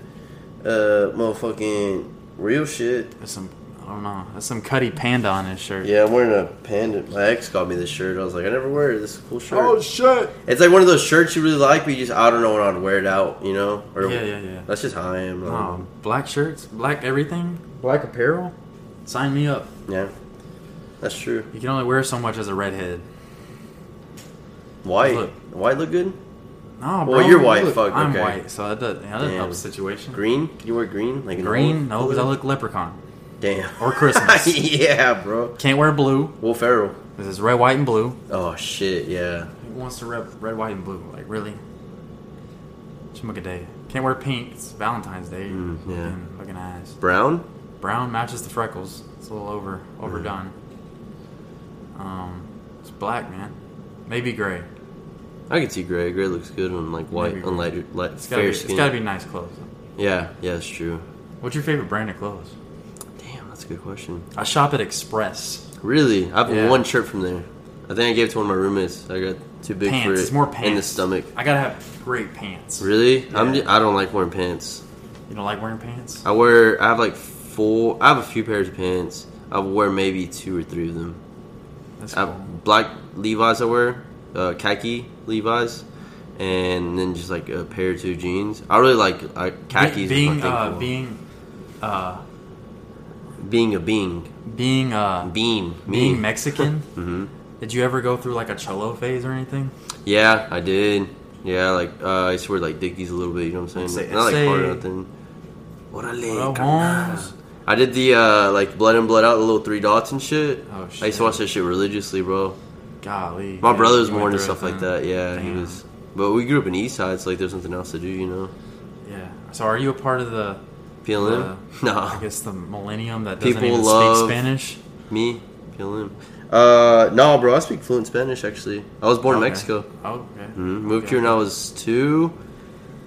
S2: Uh, motherfucking real shit.
S1: That's some I don't know. That's some Cuddy Panda on his shirt.
S2: Yeah, I'm wearing a panda. My ex got me this shirt. I was like, I never wear it. This is a cool shirt.
S1: Oh, shit!
S2: it's like one of those shirts you really like, but you just I don't know when I'd wear it out. You know? Or,
S1: Yeah, yeah, Um, yeah.
S2: That's just how I am. like,
S1: Wow, black shirts, black everything, black apparel. Sign me up.
S2: Yeah, that's true.
S1: You can only wear so much as a redhead.
S2: White,
S1: Look.
S2: white look good.
S1: No, bro.
S2: Well, you're white,
S1: look-
S2: fuck,
S1: I'm
S2: okay.
S1: white, so that doesn't, that doesn't
S2: Damn.
S1: help the situation.
S2: Green? Can you wear green? Like an
S1: Green?
S2: old-
S1: No, because I look leprechaun.
S2: damn.
S1: Or Christmas.
S2: [laughs] yeah, bro.
S1: Can't wear blue.
S2: Will Ferrell.
S1: This is red, white, and blue.
S2: Oh shit, yeah.
S1: Who wants to rep red, white, and blue? Like really? Day. Can't wear pink. It's Valentine's Day.
S2: Mm, yeah.
S1: Fucking- Fucking ass.
S2: Brown?
S1: Brown matches the freckles. It's a little over overdone.
S2: Mm.
S1: Um, it's black, man. Maybe gray.
S2: I can see gray. Gray looks good on like white,
S1: Maybe.
S2: on light, light
S1: It's gotta, be,
S2: fair
S1: it's
S2: skin.
S1: gotta be nice clothes.
S2: Yeah, yeah, that's true.
S1: What's your favorite brand of clothes?
S2: Damn, that's a good question.
S1: I shop at Express.
S2: Really, I have
S1: Yeah.
S2: one shirt from there. I think I gave it to one of my roommates. I got too big
S1: Pants.
S2: for it.
S1: It's more
S2: in the
S1: pants.
S2: stomach.
S1: I gotta have great pants.
S2: Really, I'm.
S1: Yeah.
S2: Just, I don't like wearing pants.
S1: You don't like wearing pants?
S2: I wear. I have like four. I have a few pairs of pants. I wear maybe two or three of them.
S1: That's
S2: I
S1: cool.
S2: have black Levi's I wear, uh, khaki Levi's, and then just like a pair or two of jeans. I really like uh, khakis.
S1: being
S2: is my thing
S1: uh,
S2: for-
S1: being uh,
S2: being a being
S1: being uh,
S2: bean
S1: being
S2: me. [laughs]
S1: Mexican.
S2: hmm
S1: Did you ever go through like a cholo phase or anything?
S2: Yeah, I did. Yeah, like uh, I used to wear like Dickies a little bit. You know what I'm saying?
S1: Say-
S2: Not like hard
S1: say-
S2: or nothing.
S1: Hello,
S2: Orale,
S1: Holmes.
S2: I did the uh, like blood in blood out, the little three dots and shit.
S1: Oh,
S2: I used
S1: shit.
S2: to watch that shit religiously, bro.
S1: Golly.
S2: My
S1: yeah,
S2: brother's
S1: you went
S2: more into
S1: through
S2: stuff
S1: it,
S2: like
S1: huh?
S2: that. Yeah, he
S1: Damn.
S2: was. But we grew up in East Side, so like there's nothing else to do, you know.
S1: Yeah. So are you a part of the
S2: PLM, [laughs]
S1: the- I
S2: nah,
S1: guess the millennium that doesn't
S2: People
S1: even
S2: love-
S1: speak Spanish.
S2: me PLM. Uh, no, bro, I speak fluent Spanish. Actually, I was born in
S1: Okay.
S2: Mexico.
S1: Oh, okay.
S2: Mhm, Moved
S1: Okay.
S2: here when I was two,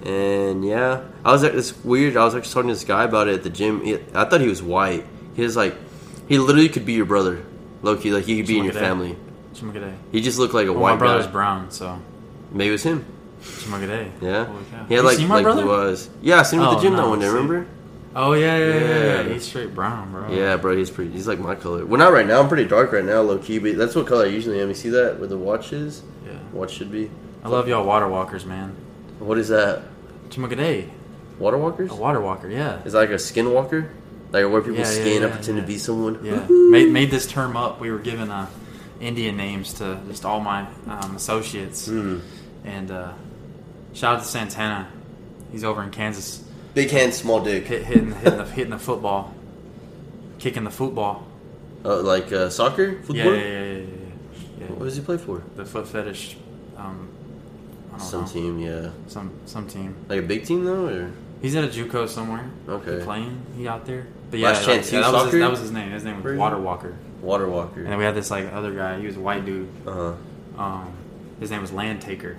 S2: and yeah, I was like, it's weird. I was actually talking to this guy about it at the gym. He- I thought he was white. He was like, he literally could be your brother, Loki. Like he could be in your
S1: Look at that.
S2: family.
S1: Chumagaday.
S2: He just looked like a
S1: Well,
S2: white
S1: my brother's
S2: guy.
S1: brown, so
S2: Maybe it was him.
S1: Chumagaday.
S2: Yeah,
S1: Holy cow.
S2: he
S1: You
S2: had like
S1: seen my
S2: like
S1: brother?
S2: blue eyes. Yeah, I seen him at
S1: Oh,
S2: the gym that
S1: no,
S2: one day.
S1: see.
S2: Remember?
S1: Oh yeah yeah, yeah, yeah,
S2: Yeah.
S1: yeah. He's straight brown, bro.
S2: Yeah, bro, he's pretty. He's like my color. Well, not right now. I'm pretty dark right now, low key. But that's what color I usually am. You see that where the watch is?
S1: Yeah.
S2: Watch should be.
S1: I love y'all water walkers, man.
S2: What is that?
S1: Chumagaday.
S2: Water walkers?
S1: A water walker, yeah.
S2: Is that like a skin walker? Like I wear people's
S1: Yeah, yeah,
S2: skin. I
S1: yeah,
S2: pretend
S1: yeah.
S2: to be someone.
S1: Yeah. made made this term up. We were given uh, Indian names to just all my um, associates.
S2: Mm.
S1: And uh, shout out to Santana. He's over in Kansas.
S2: Big hand, small dick.
S1: hit, hitting, hitting, the, hitting the football, kicking the football.
S2: Uh, like uh, soccer, football.
S1: Yeah, yeah, yeah, yeah, yeah, yeah.
S2: What
S1: yeah.
S2: does he play for?
S1: The foot fetish. Um, I don't
S2: Some
S1: know.
S2: team, yeah.
S1: Some some team.
S2: Like a big team though, or
S1: He's at a JUCO somewhere.
S2: Okay.
S1: He playing. He out there. But
S2: Last Chance
S1: yeah,
S2: U
S1: that, was
S2: soccer?
S1: his, that was his name. His name was
S2: Where is
S1: Water
S2: he?
S1: Walker.
S2: water
S1: And then
S2: walker.
S1: we had this like other guy. He was a white dude.
S2: [laughs] Uh huh.
S1: Um, his name was Land Taker.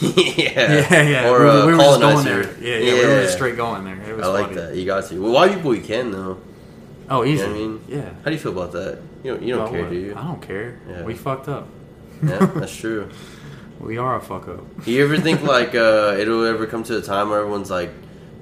S2: yeah.
S1: [laughs] yeah, yeah.
S2: Or
S1: we,
S2: uh,
S1: we were just going
S2: colonizer.
S1: there. Yeah, yeah, We were just straight going there. It was
S2: I like
S1: funny.
S2: that. You got to. Well, white people, you can though.
S1: Oh, easy.
S2: You know what I mean?
S1: Yeah.
S2: How do you feel about that? You don't, you don't
S1: About
S2: care,
S1: what?
S2: do you?
S1: I don't care.
S2: Yeah.
S1: We fucked up.
S2: yeah, that's true.
S1: [laughs] We are a fuck up.
S2: Do you ever think like uh, it'll ever come to a time where everyone's like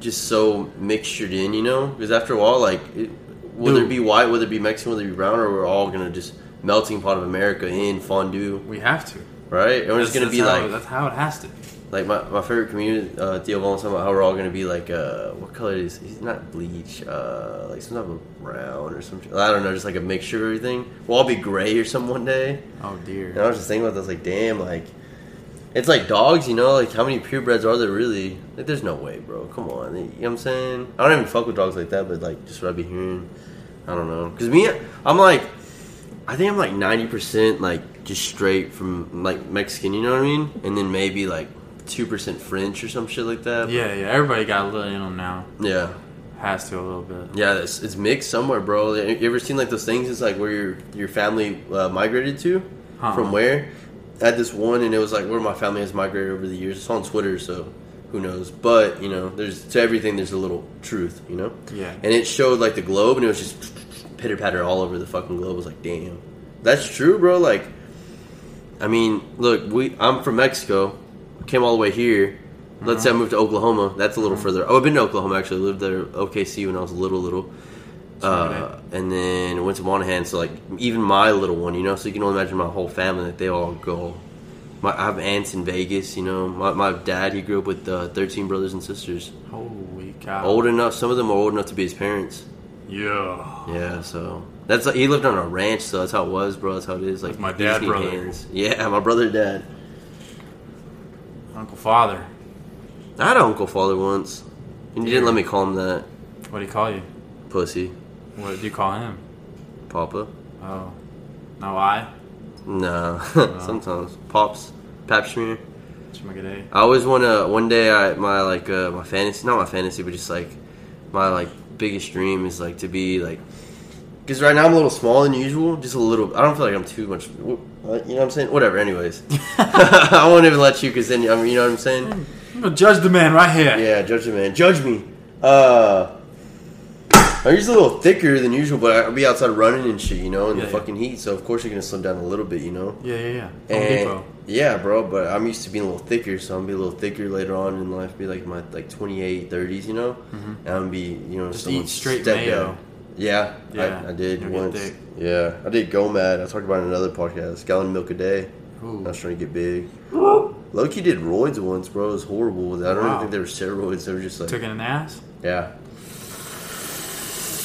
S2: just so mixtured in, you know? Because after a while, like, it, will there
S1: Dude.
S2: be white, will there be Mexican, will there be brown, or we're all gonna just melting pot of America in fondue,
S1: [laughs] We have to.
S2: right? Everyone's
S1: That's-
S2: gonna be
S1: that's how-
S2: like,
S1: that's how it has to.
S2: like my, my favorite comedian, uh, Theo Von, was talking about how we're all gonna be like, uh, what color is he's not bleach, uh, like some type of brown or some, I don't know, just like a mixture of everything. We'll all be gray or some one day.
S1: Oh
S2: And I
S1: dear.
S2: was just thinking about this, like, damn, like, it's like dogs, you know? Like, how many purebreds are there really? Like, there's no way, bro. Come on. You know what I'm saying? I don't even fuck with dogs like that, but, like, just what I be hearing. I don't know. Because me, I'm like, I think I'm like 90%, like, just straight from, like, Mexican, you know what I mean? And then maybe, like, 2% French or some shit like that.
S1: Yeah, yeah. Everybody got a little in them now.
S2: Yeah.
S1: Has to a little bit.
S2: Yeah, it's, it's mixed somewhere, bro. You ever seen like those things? It's like where your your family uh, migrated to,
S1: Huh.
S2: from where? I had this one, and it was like where my family has migrated over the years. It's on Twitter, so who knows? But you know, there's to everything. There's a little truth, you know.
S1: Yeah.
S2: And it showed like the globe, and it was just pitter patter all over the fucking globe. I was like, damn, that's true, bro. Like, I mean, look, we I'm from Mexico, came all the way here. Let's say I moved to Oklahoma. That's a little further. Oh, I've been to Oklahoma actually. Lived there OKC when I was little, little. Uh, and then went to Monahan. So like even my little one, you know. So you can only imagine my whole family that they all go. My, I have aunts in Vegas, you know. My, my dad, he grew up with uh, thirteen brothers and sisters.
S1: Holy cow.
S2: Old enough, some of them are old enough to be his parents.
S1: Yeah.
S2: Yeah, so that's like, he lived on a ranch, so that's how it was, bro. That's how it is. Like
S1: With my
S2: you
S1: dad
S2: just need
S1: brother.
S2: Yeah, my brother, dad.
S1: Uncle Father.
S2: I had an uncle father once, and you didn't let me call him that,
S1: What do you call you?
S2: pussy,
S1: What do you call him?
S2: papa.
S1: Oh. No, I?
S2: Nah, [laughs] sometimes pops, pap smear.
S1: Shmagadee.
S2: I always wanna. One day, I my like uh, my fantasy, not my fantasy, but just like my like biggest dream is like to be like. Because right now I'm a little smaller than usual, just a little. I don't feel like I'm too much. You know what I'm saying? Whatever.
S1: [laughs]
S2: Anyways, [laughs] I won't even let you because then I mean, you know what I'm saying.
S1: I'm gonna judge the man right here.
S2: Yeah, judge me, man. Judge me. Uh, I'm usually a little thicker than usual, but I'll be outside running and shit, you know, in
S1: Yeah,
S2: the
S1: yeah.
S2: fucking heat. So of course you're gonna slim down a little bit, you know.
S1: Yeah, yeah, yeah. Home
S2: And,
S1: Depot.
S2: yeah, bro. But I'm used to being a little thicker, so I'm gonna be a little thicker later on in life. Be like my like 28, 30s, you know. And I'm gonna be, you know,
S1: Mm-hmm. Just
S2: someone
S1: eat straight
S2: step
S1: mayo.
S2: down. Yeah,
S1: Yeah,
S2: I, I did
S1: you'll get
S2: once.
S1: thick.
S2: Yeah, I did go mad. I talked about it in another podcast. Gallon of milk a day.
S1: Ooh.
S2: I was trying to get big. Loki did roids once, bro. It was horrible. I don't
S1: Wow.
S2: even think they were steroids. They were just like,
S1: Took it in the ass?
S2: yeah.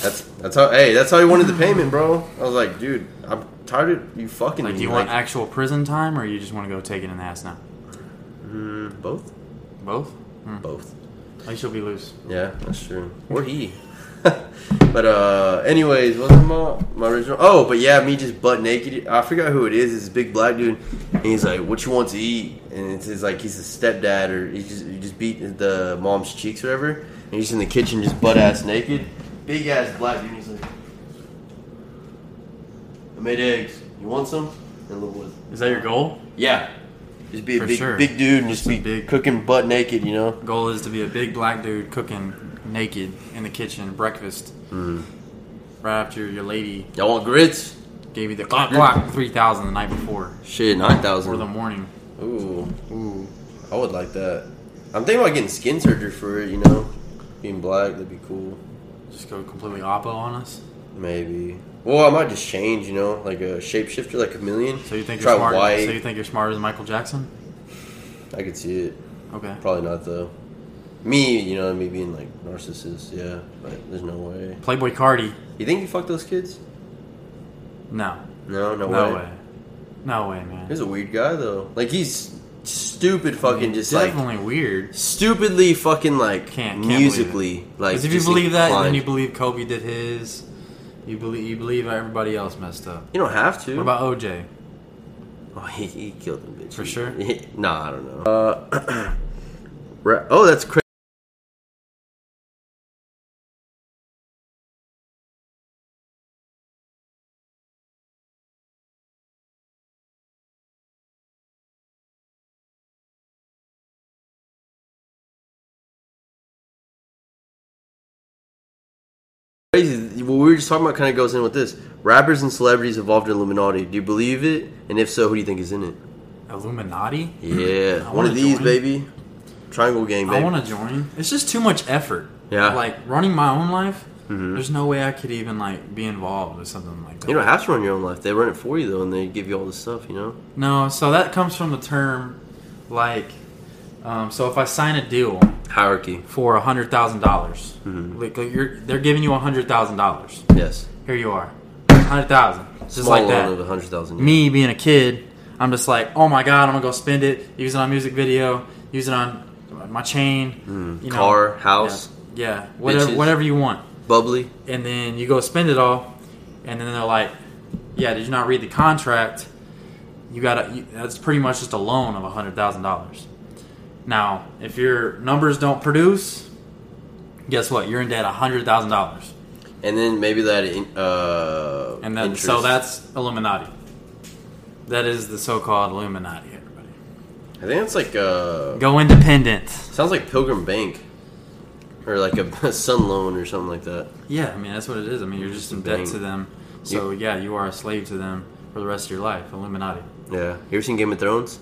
S2: That's that's how. Hey, that's how he wanted the payment, bro. I was like, dude, I'm tired of you fucking.
S1: Like, do
S2: me.
S1: you want actual prison time or you just want to go take it in the ass now?
S2: Mm, both?
S1: Both? Hmm.
S2: Both.
S1: At least you'll be loose.
S2: Yeah, that's true. Or he. [laughs] but uh, anyways, what was my my original? Oh, but yeah, me just butt naked. I forgot who it is. It's this big black dude, and he's like, "What you want to eat?" And it's, it's like he's a stepdad, or he just he just beat the mom's cheeks, or whatever. And he's in the kitchen, just butt ass naked, big ass black dude. He's like, "I made eggs. You want some?" And little boy,
S1: Is that your goal?
S2: yeah, just be a
S1: For
S2: big
S1: sure.
S2: big dude and just be
S1: big-
S2: cooking butt naked, you know.
S1: Goal is to be a big black dude cooking naked in the kitchen breakfast.
S2: Mm-hmm.
S1: Right after your lady
S2: Y'all want grits?
S1: gave you the clock clock three thousand the night before
S2: Shit, nine thousand.
S1: or the morning.
S2: Ooh,
S1: Ooh,
S2: I would like that. I'm thinking about getting skin surgery for it. You know, being black, that'd be cool.
S1: just go completely oppo on us.
S2: Maybe. Well, I might just change. You know, like a shapeshifter, like a chameleon.
S1: So you think
S2: try
S1: you're smart?
S2: white?
S1: So you think you're smarter than Michael Jackson?
S2: I could see it.
S1: Okay.
S2: Probably not though. Me, you know, me being like narcissist. Yeah, like there's no way.
S1: Playboy Cardi?
S2: You think you fucked those kids?
S1: No,
S2: No, no,
S1: no
S2: way.
S1: way, no way, man.
S2: He's a weird guy though. Like he's stupid, fucking, just like
S1: definitely weird.
S2: stupidly, fucking, like
S1: Can't- can't believe it.
S2: musically, like.
S1: Because if you
S2: just
S1: believe that, then
S2: inclined.
S1: you believe Kobe did his. You believe you believe everybody else messed up.
S2: you don't have to.
S1: What about OJ?
S2: Oh, he, he killed him, bitch.
S1: For
S2: He-
S1: sure?
S2: nah, I don't know. Uh, [clears throat] ra- oh, that's crazy. Crazy. What we were just talking about kind of goes in with this. Rappers and celebrities involved in Illuminati. Do you believe it? And if so, who do you think
S1: [clears throat]
S2: is in it?
S1: Illuminati? I
S2: Yeah, one
S1: wanna
S2: of these,
S1: join.
S2: baby. Triangle game,
S1: I
S2: baby.
S1: want to join. It's just too much effort.
S2: Yeah. Mm-hmm.
S1: Like running my own life. There's no way I could even like be involved with something like that.
S2: You don't have to run your own life. They run it for you though, and they give you all this stuff. You know.
S1: no. So that comes from the term, like, um, so if I sign a deal
S2: Hierarchy.
S1: for a hundred dollars,
S2: Mm-hmm.
S1: like, like you're, they're giving you a hundred thousand dollars.
S2: Yes.
S1: Here you are, hundred thousand. Just
S2: Small
S1: like that.
S2: loan of a hundred thousand.
S1: me being a kid, I'm just like, oh my god, I'm gonna go spend it, use it on music video, use it on my chain, you know,
S2: Mm-hmm. Car, house.
S1: yeah, yeah whatever,
S2: Bitches.
S1: whatever you want.
S2: Bubbly.
S1: And then you go spend it all, and then they're like, yeah, did you not read the contract? You gotta, you, that's pretty much just a loan of a hundred thousand dollars. Now, if your numbers don't produce, Guess what? You're in debt hundred thousand dollars,
S2: and then maybe that in- uh
S1: and then
S2: interest-
S1: so that's Illuminati. That is the so-called Illuminati. Everybody,
S2: I think it's like uh
S1: go independent.
S2: sounds like Pilgrim Bank or like a, [laughs] Sun Loan or something like that.
S1: Yeah, I mean that's what it is. I mean you're just in debt
S2: Dang.
S1: to them. So yeah, you are a slave to them for the rest of your life. Illuminati.
S2: Yeah, you ever seen Game of Thrones?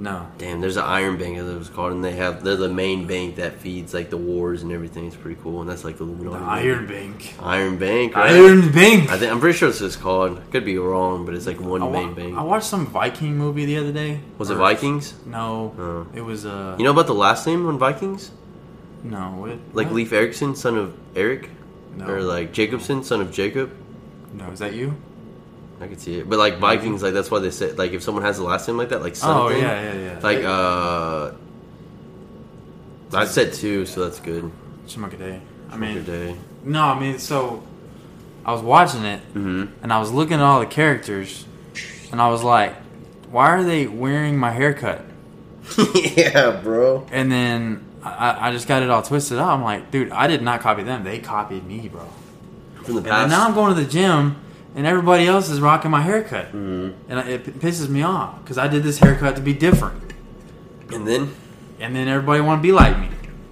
S1: No.
S2: Damn, there's an Iron Bank as it was called, and they have they're the main bank that feeds like the wars and everything. It's pretty cool, and that's like Illuminati.
S1: Iron Bank.
S2: Iron Bank. Right?
S1: Iron Bank.
S2: I think I'm pretty sure it's what it's called. Could be wrong, but it's like one
S1: I, wa-
S2: main bank.
S1: I watched some Viking movie the other day.
S2: was it
S1: Or-
S2: Vikings?
S1: No.
S2: Oh.
S1: It was uh
S2: You know about the last name on Vikings?
S1: no, it,
S2: Like
S1: what?
S2: Leif Erikson, son of Eric,
S1: No.
S2: or like Jacobson, son of Jacob.
S1: No, is that you?
S2: I could see it, but like Vikings, like that's why they say like if someone has a last name like that, like
S1: Oh
S2: something.
S1: yeah, yeah, yeah.
S2: Like uh, I said two, so that's good.
S1: Shmuckaday. I mean
S2: day.
S1: No, I mean so I was watching it
S2: Mm-hmm.
S1: and I was looking at all the characters and I was like, why are they wearing my haircut?
S2: [laughs] yeah, bro.
S1: And then I, I just got it all twisted up. I'm like, dude, I did not copy them. They copied me, bro.
S2: From the
S1: And then
S2: past.
S1: now I'm going to the gym, and everybody else is rocking my haircut,
S2: Mhm.
S1: and I, it p- pisses me off because I did this haircut to be different,
S2: And then
S1: and then everybody want to be like me,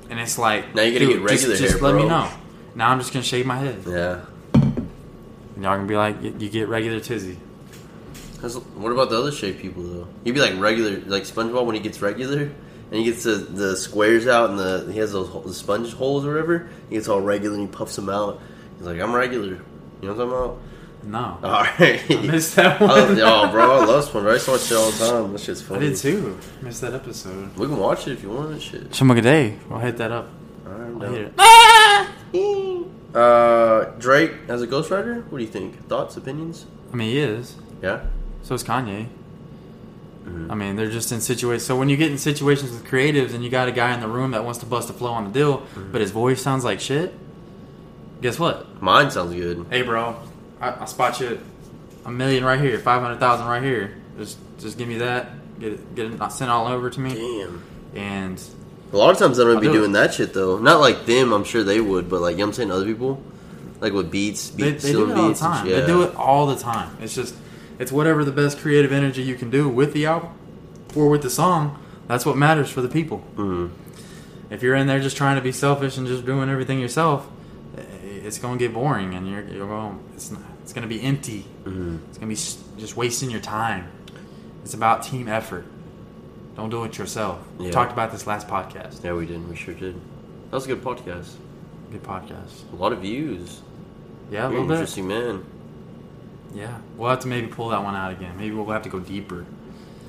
S1: and it's like
S2: Now you gotta
S1: dude,
S2: get regular
S1: Just, just
S2: hair,
S1: let me
S2: bro.
S1: know. Now I'm just gonna shave my head,
S2: yeah.
S1: and y'all gonna be like, "You- you get regular tizzy.
S2: That's- What about the other shape people though? He'd be like regular, like SpongeBob when he gets regular, and he gets the, the squares out and the he has those ho- the sponge holes or whatever. He gets all regular and he puffs them out. He's like, I'm regular. You know what I'm [laughs] talking
S1: No,
S2: about? All right.
S1: I missed that one.
S2: Oh,
S1: [laughs]
S2: y'all, bro, I love SpongeBob. I used to watch it all the time. That shit's
S1: I
S2: funny.
S1: did too. Missed that episode.
S2: We can watch it if you want. that Shit.
S1: Some good day. I'll hit that up.
S2: All right, I'm
S1: I'll hit
S2: down.
S1: it.
S2: Uh, Drake as a ghostwriter. What do you think? Thoughts, opinions?
S1: I mean, he is.
S2: Yeah.
S1: So is Kanye. I mean, they're just in situations. So when you get in situations with creatives and you got a guy in the room that wants to bust a flow on the deal, but his voice sounds like shit, guess what?
S2: Mine sounds good.
S1: Hey, bro, I, I spot you at a million right here, 500,000 right here. Just just give me that. Get it, get it sent all over to me.
S2: Damn.
S1: And
S2: A lot of times I don't
S1: I'll
S2: be
S1: do it.
S2: doing that shit though. Not like them, I'm sure they would, but like you know what I'm saying, other people, like with beats,
S1: they,
S2: beats,
S1: they do it all the
S2: beats,
S1: time.
S2: and shit.
S1: They do it all the time. It's just, it's whatever the best creative energy you can do with the album or with the song. That's what matters for the people.
S2: Mhm.
S1: if you're in there just trying to be selfish and just doing everything yourself, i- it's going to get boring and you're, you're going, it's, not, it's going to be empty.
S2: Mm-hmm.
S1: It's going to be s- just wasting your time. It's about team effort. Don't do it yourself. We
S2: Yeah.
S1: talked about this last podcast.
S2: Yeah, we did. We sure did. That was a good podcast.
S1: Good podcast.
S2: A lot of views.
S1: Yeah, a little
S2: You're an
S1: bit.
S2: Mm, interesting man.
S1: Yeah. We'll have to maybe pull that one out again. Maybe we'll have to go deeper.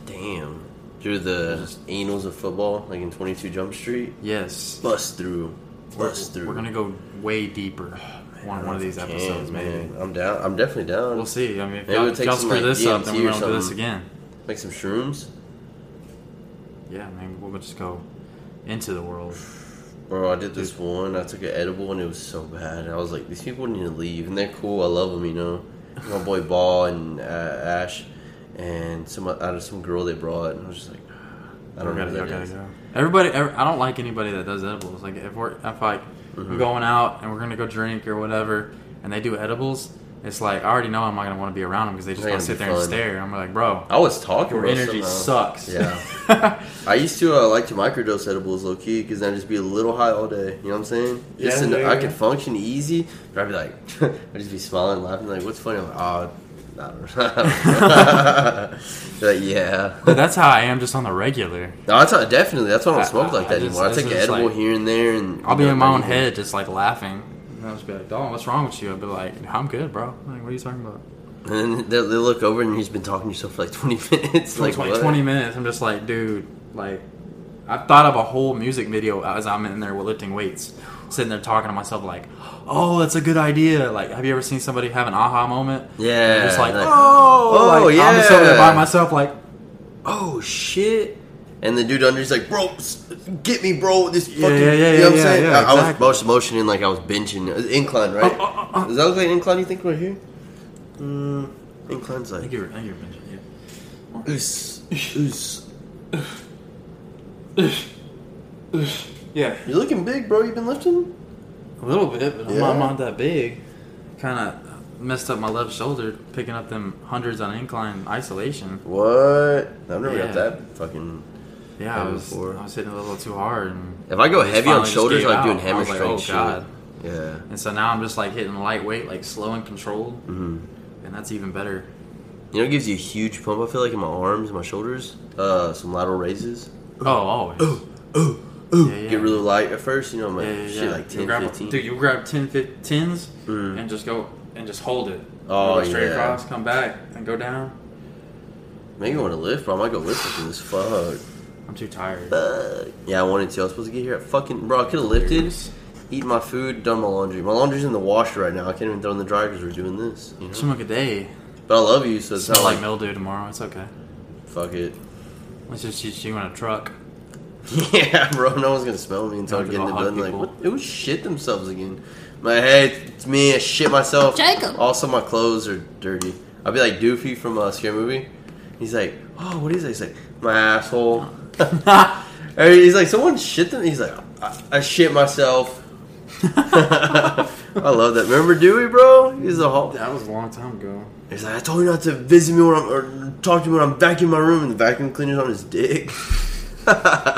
S2: Damn. Through the annals of football, like in 22 Jump Street,
S1: Yes.
S2: bust through,
S1: We're,
S2: bust through. Oh,
S1: we're going to go way deeper on one of these
S2: Damn,
S1: episodes, maybe.
S2: man. I'm down. I'm definitely down.
S1: We'll see. I mean, if
S2: Maybe
S1: y'all,
S2: we'll
S1: if
S2: take
S1: y'all
S2: some,
S1: screw
S2: like,
S1: this up, then
S2: DMT
S1: we're
S2: or
S1: going to do this
S2: something.
S1: again.
S2: Make some shrooms,
S1: Yeah, maybe we'll just go into the world.
S2: bro. I did this one. I took an edible and it was so bad. I was like, these people need to leave, and they're cool. I love them, you know.
S1: [laughs]
S2: My boy Ball and uh, Ash, and some uh, out of some girl they brought, and I was just like, [sighs] I don't know.
S1: Gotta
S2: who
S1: go,
S2: that
S1: gotta
S2: is.
S1: go. Everybody, ev I don't like anybody that does edibles. Like if we're if like
S2: Mm-hmm.
S1: we're going out and we're gonna go drink or whatever, and they do edibles, it's like I already know I'm not gonna want to be around them because they just
S2: They're
S1: want
S2: gonna
S1: to sit
S2: be
S1: there and
S2: fun.
S1: stare. I'm like, bro,
S2: I was talking.
S1: your
S2: bro,
S1: energy
S2: somehow.
S1: sucks.
S2: Yeah. I used to uh, like to microdose edibles low key because I'd just be a little high all day. You know what I'm saying? Just
S1: Yeah,
S2: to know-
S1: yeah,
S2: I
S1: yeah.
S2: could function easy, but I'd be like, [laughs] I'd just be smiling, laughing, like, what's funny? I'm like, oh, I don't know. [laughs] They're
S1: [laughs]
S2: like, yeah.
S1: [laughs]
S2: [laughs]
S1: but that's how I am just on the regular.
S2: No, that's not, definitely. That's why I don't
S1: I-
S2: smoke
S1: I-
S2: like
S1: I
S2: that
S1: just-
S2: anymore. I
S1: it's
S2: take an
S1: just
S2: edible
S1: like-
S2: here and there, and
S1: I'll be
S2: you know,
S1: in my own
S2: breathe.
S1: head, just like laughing.
S2: Mm-hmm.
S1: And I'll just be like, "Don, what's wrong with you?" I'll be like, "I'm good, bro. Like, what are you talking about?"
S2: And then they, they look over, and he's been talking to yourself for like 20 [laughs] minutes.
S1: For
S2: like
S1: like 20,
S2: what?
S1: 20 minutes, I'm just like, dude, like, I thought of a whole music video as I'm in there with lifting weights, sitting there talking to myself, like, oh, that's a good idea. Like, have you ever seen somebody have an aha moment?
S2: Yeah,
S1: Just like,
S2: like,
S1: oh,
S2: oh,
S1: like, I'm just
S2: yeah."
S1: over there by myself, like,
S2: Oh shit. And the dude under he's like, bro, s- get me, bro. This fucking,
S1: Yeah, yeah, yeah,
S2: you know what
S1: yeah,
S2: I'm saying?
S1: yeah,
S2: I, I
S1: exactly.
S2: was motion- motioning like I was benching, It was incline, right?
S1: Oh, oh, oh, oh.
S2: Does that look like an incline? You think right here? Mm, incline's
S1: I think
S2: like.
S1: you were, I think you were mentioning it.
S2: Oos, oos.
S4: Yeah,
S2: You're looking big, bro. You been lifting?
S1: A little bit, but I'm, not, I'm
S2: Yeah.
S1: not that big. Kind of messed up my left shoulder picking up them hundreds on incline isolation.
S2: What? I've never
S1: Yeah.
S2: got that fucking.
S1: Yeah, I
S2: Had it
S1: was
S2: before.
S1: I was hitting a little too hard. And
S2: If I go
S1: just
S2: heavy on
S1: finally just
S2: shoulders,
S1: gave
S2: I'm doing
S1: out. I
S2: hammer
S1: was like,
S2: strength
S1: oh,
S2: shit.
S1: God.
S2: Yeah.
S1: And so now I'm just like hitting lightweight, like slow and controlled,
S2: Mm-hmm.
S1: and that's even better.
S2: You know, it gives you a huge pump. I feel like in my arms, my shoulders, uh, some lateral raises.
S1: Oh, always.
S2: Ooh,
S1: Yeah, yeah.
S2: Get really light at first. You know, my
S1: Yeah, yeah,
S2: shit
S1: yeah.
S2: like
S1: You
S2: 10,
S1: grab,
S2: 15.
S1: Dude, you grab 10, 15, 10s
S2: Mm.
S1: and just go and just hold it.
S2: Oh,
S1: go straight
S2: yeah.
S1: across, come back, and go down.
S2: Maybe I want to lift, bro. I might go lift after this. Fuck.
S1: I'm too tired.
S2: Fuck. Yeah, I wanted to. I was supposed to get here at fucking. Bro, I could have lifted, eaten my food, done my laundry. My laundry's in the washer right now. I can't even throw in the dryer because we're doing this. You know?
S1: Smoke a day.
S2: But I love you, so it's
S1: Smell
S2: not
S1: like
S2: like.
S1: mildew tomorrow. It's okay.
S2: Fuck it.
S1: Let's just shoot you in a
S2: [laughs]
S1: truck. [laughs]
S2: Yeah, bro, no one's gonna smell me until I
S1: Don't
S2: get in
S1: give
S2: the
S1: a hug,
S2: building. Like,
S1: people.
S2: what? It was shit themselves again. My head, it's me, I shit myself.
S5: Jacob.
S2: Also, my clothes are dirty. I'll be like Doofy from a scary movie. He's like, oh, what is that? He's like, my asshole. [laughs] Or he's like, someone shit them. He's like, I, I shit myself. [laughs] I love that. Remember Dewey, bro? He's a whole.
S1: That was a long time ago.
S2: He's like, I told you not to visit me when I'm or talk to me when I'm back in my room, and the vacuum cleaner's on his dick. [laughs]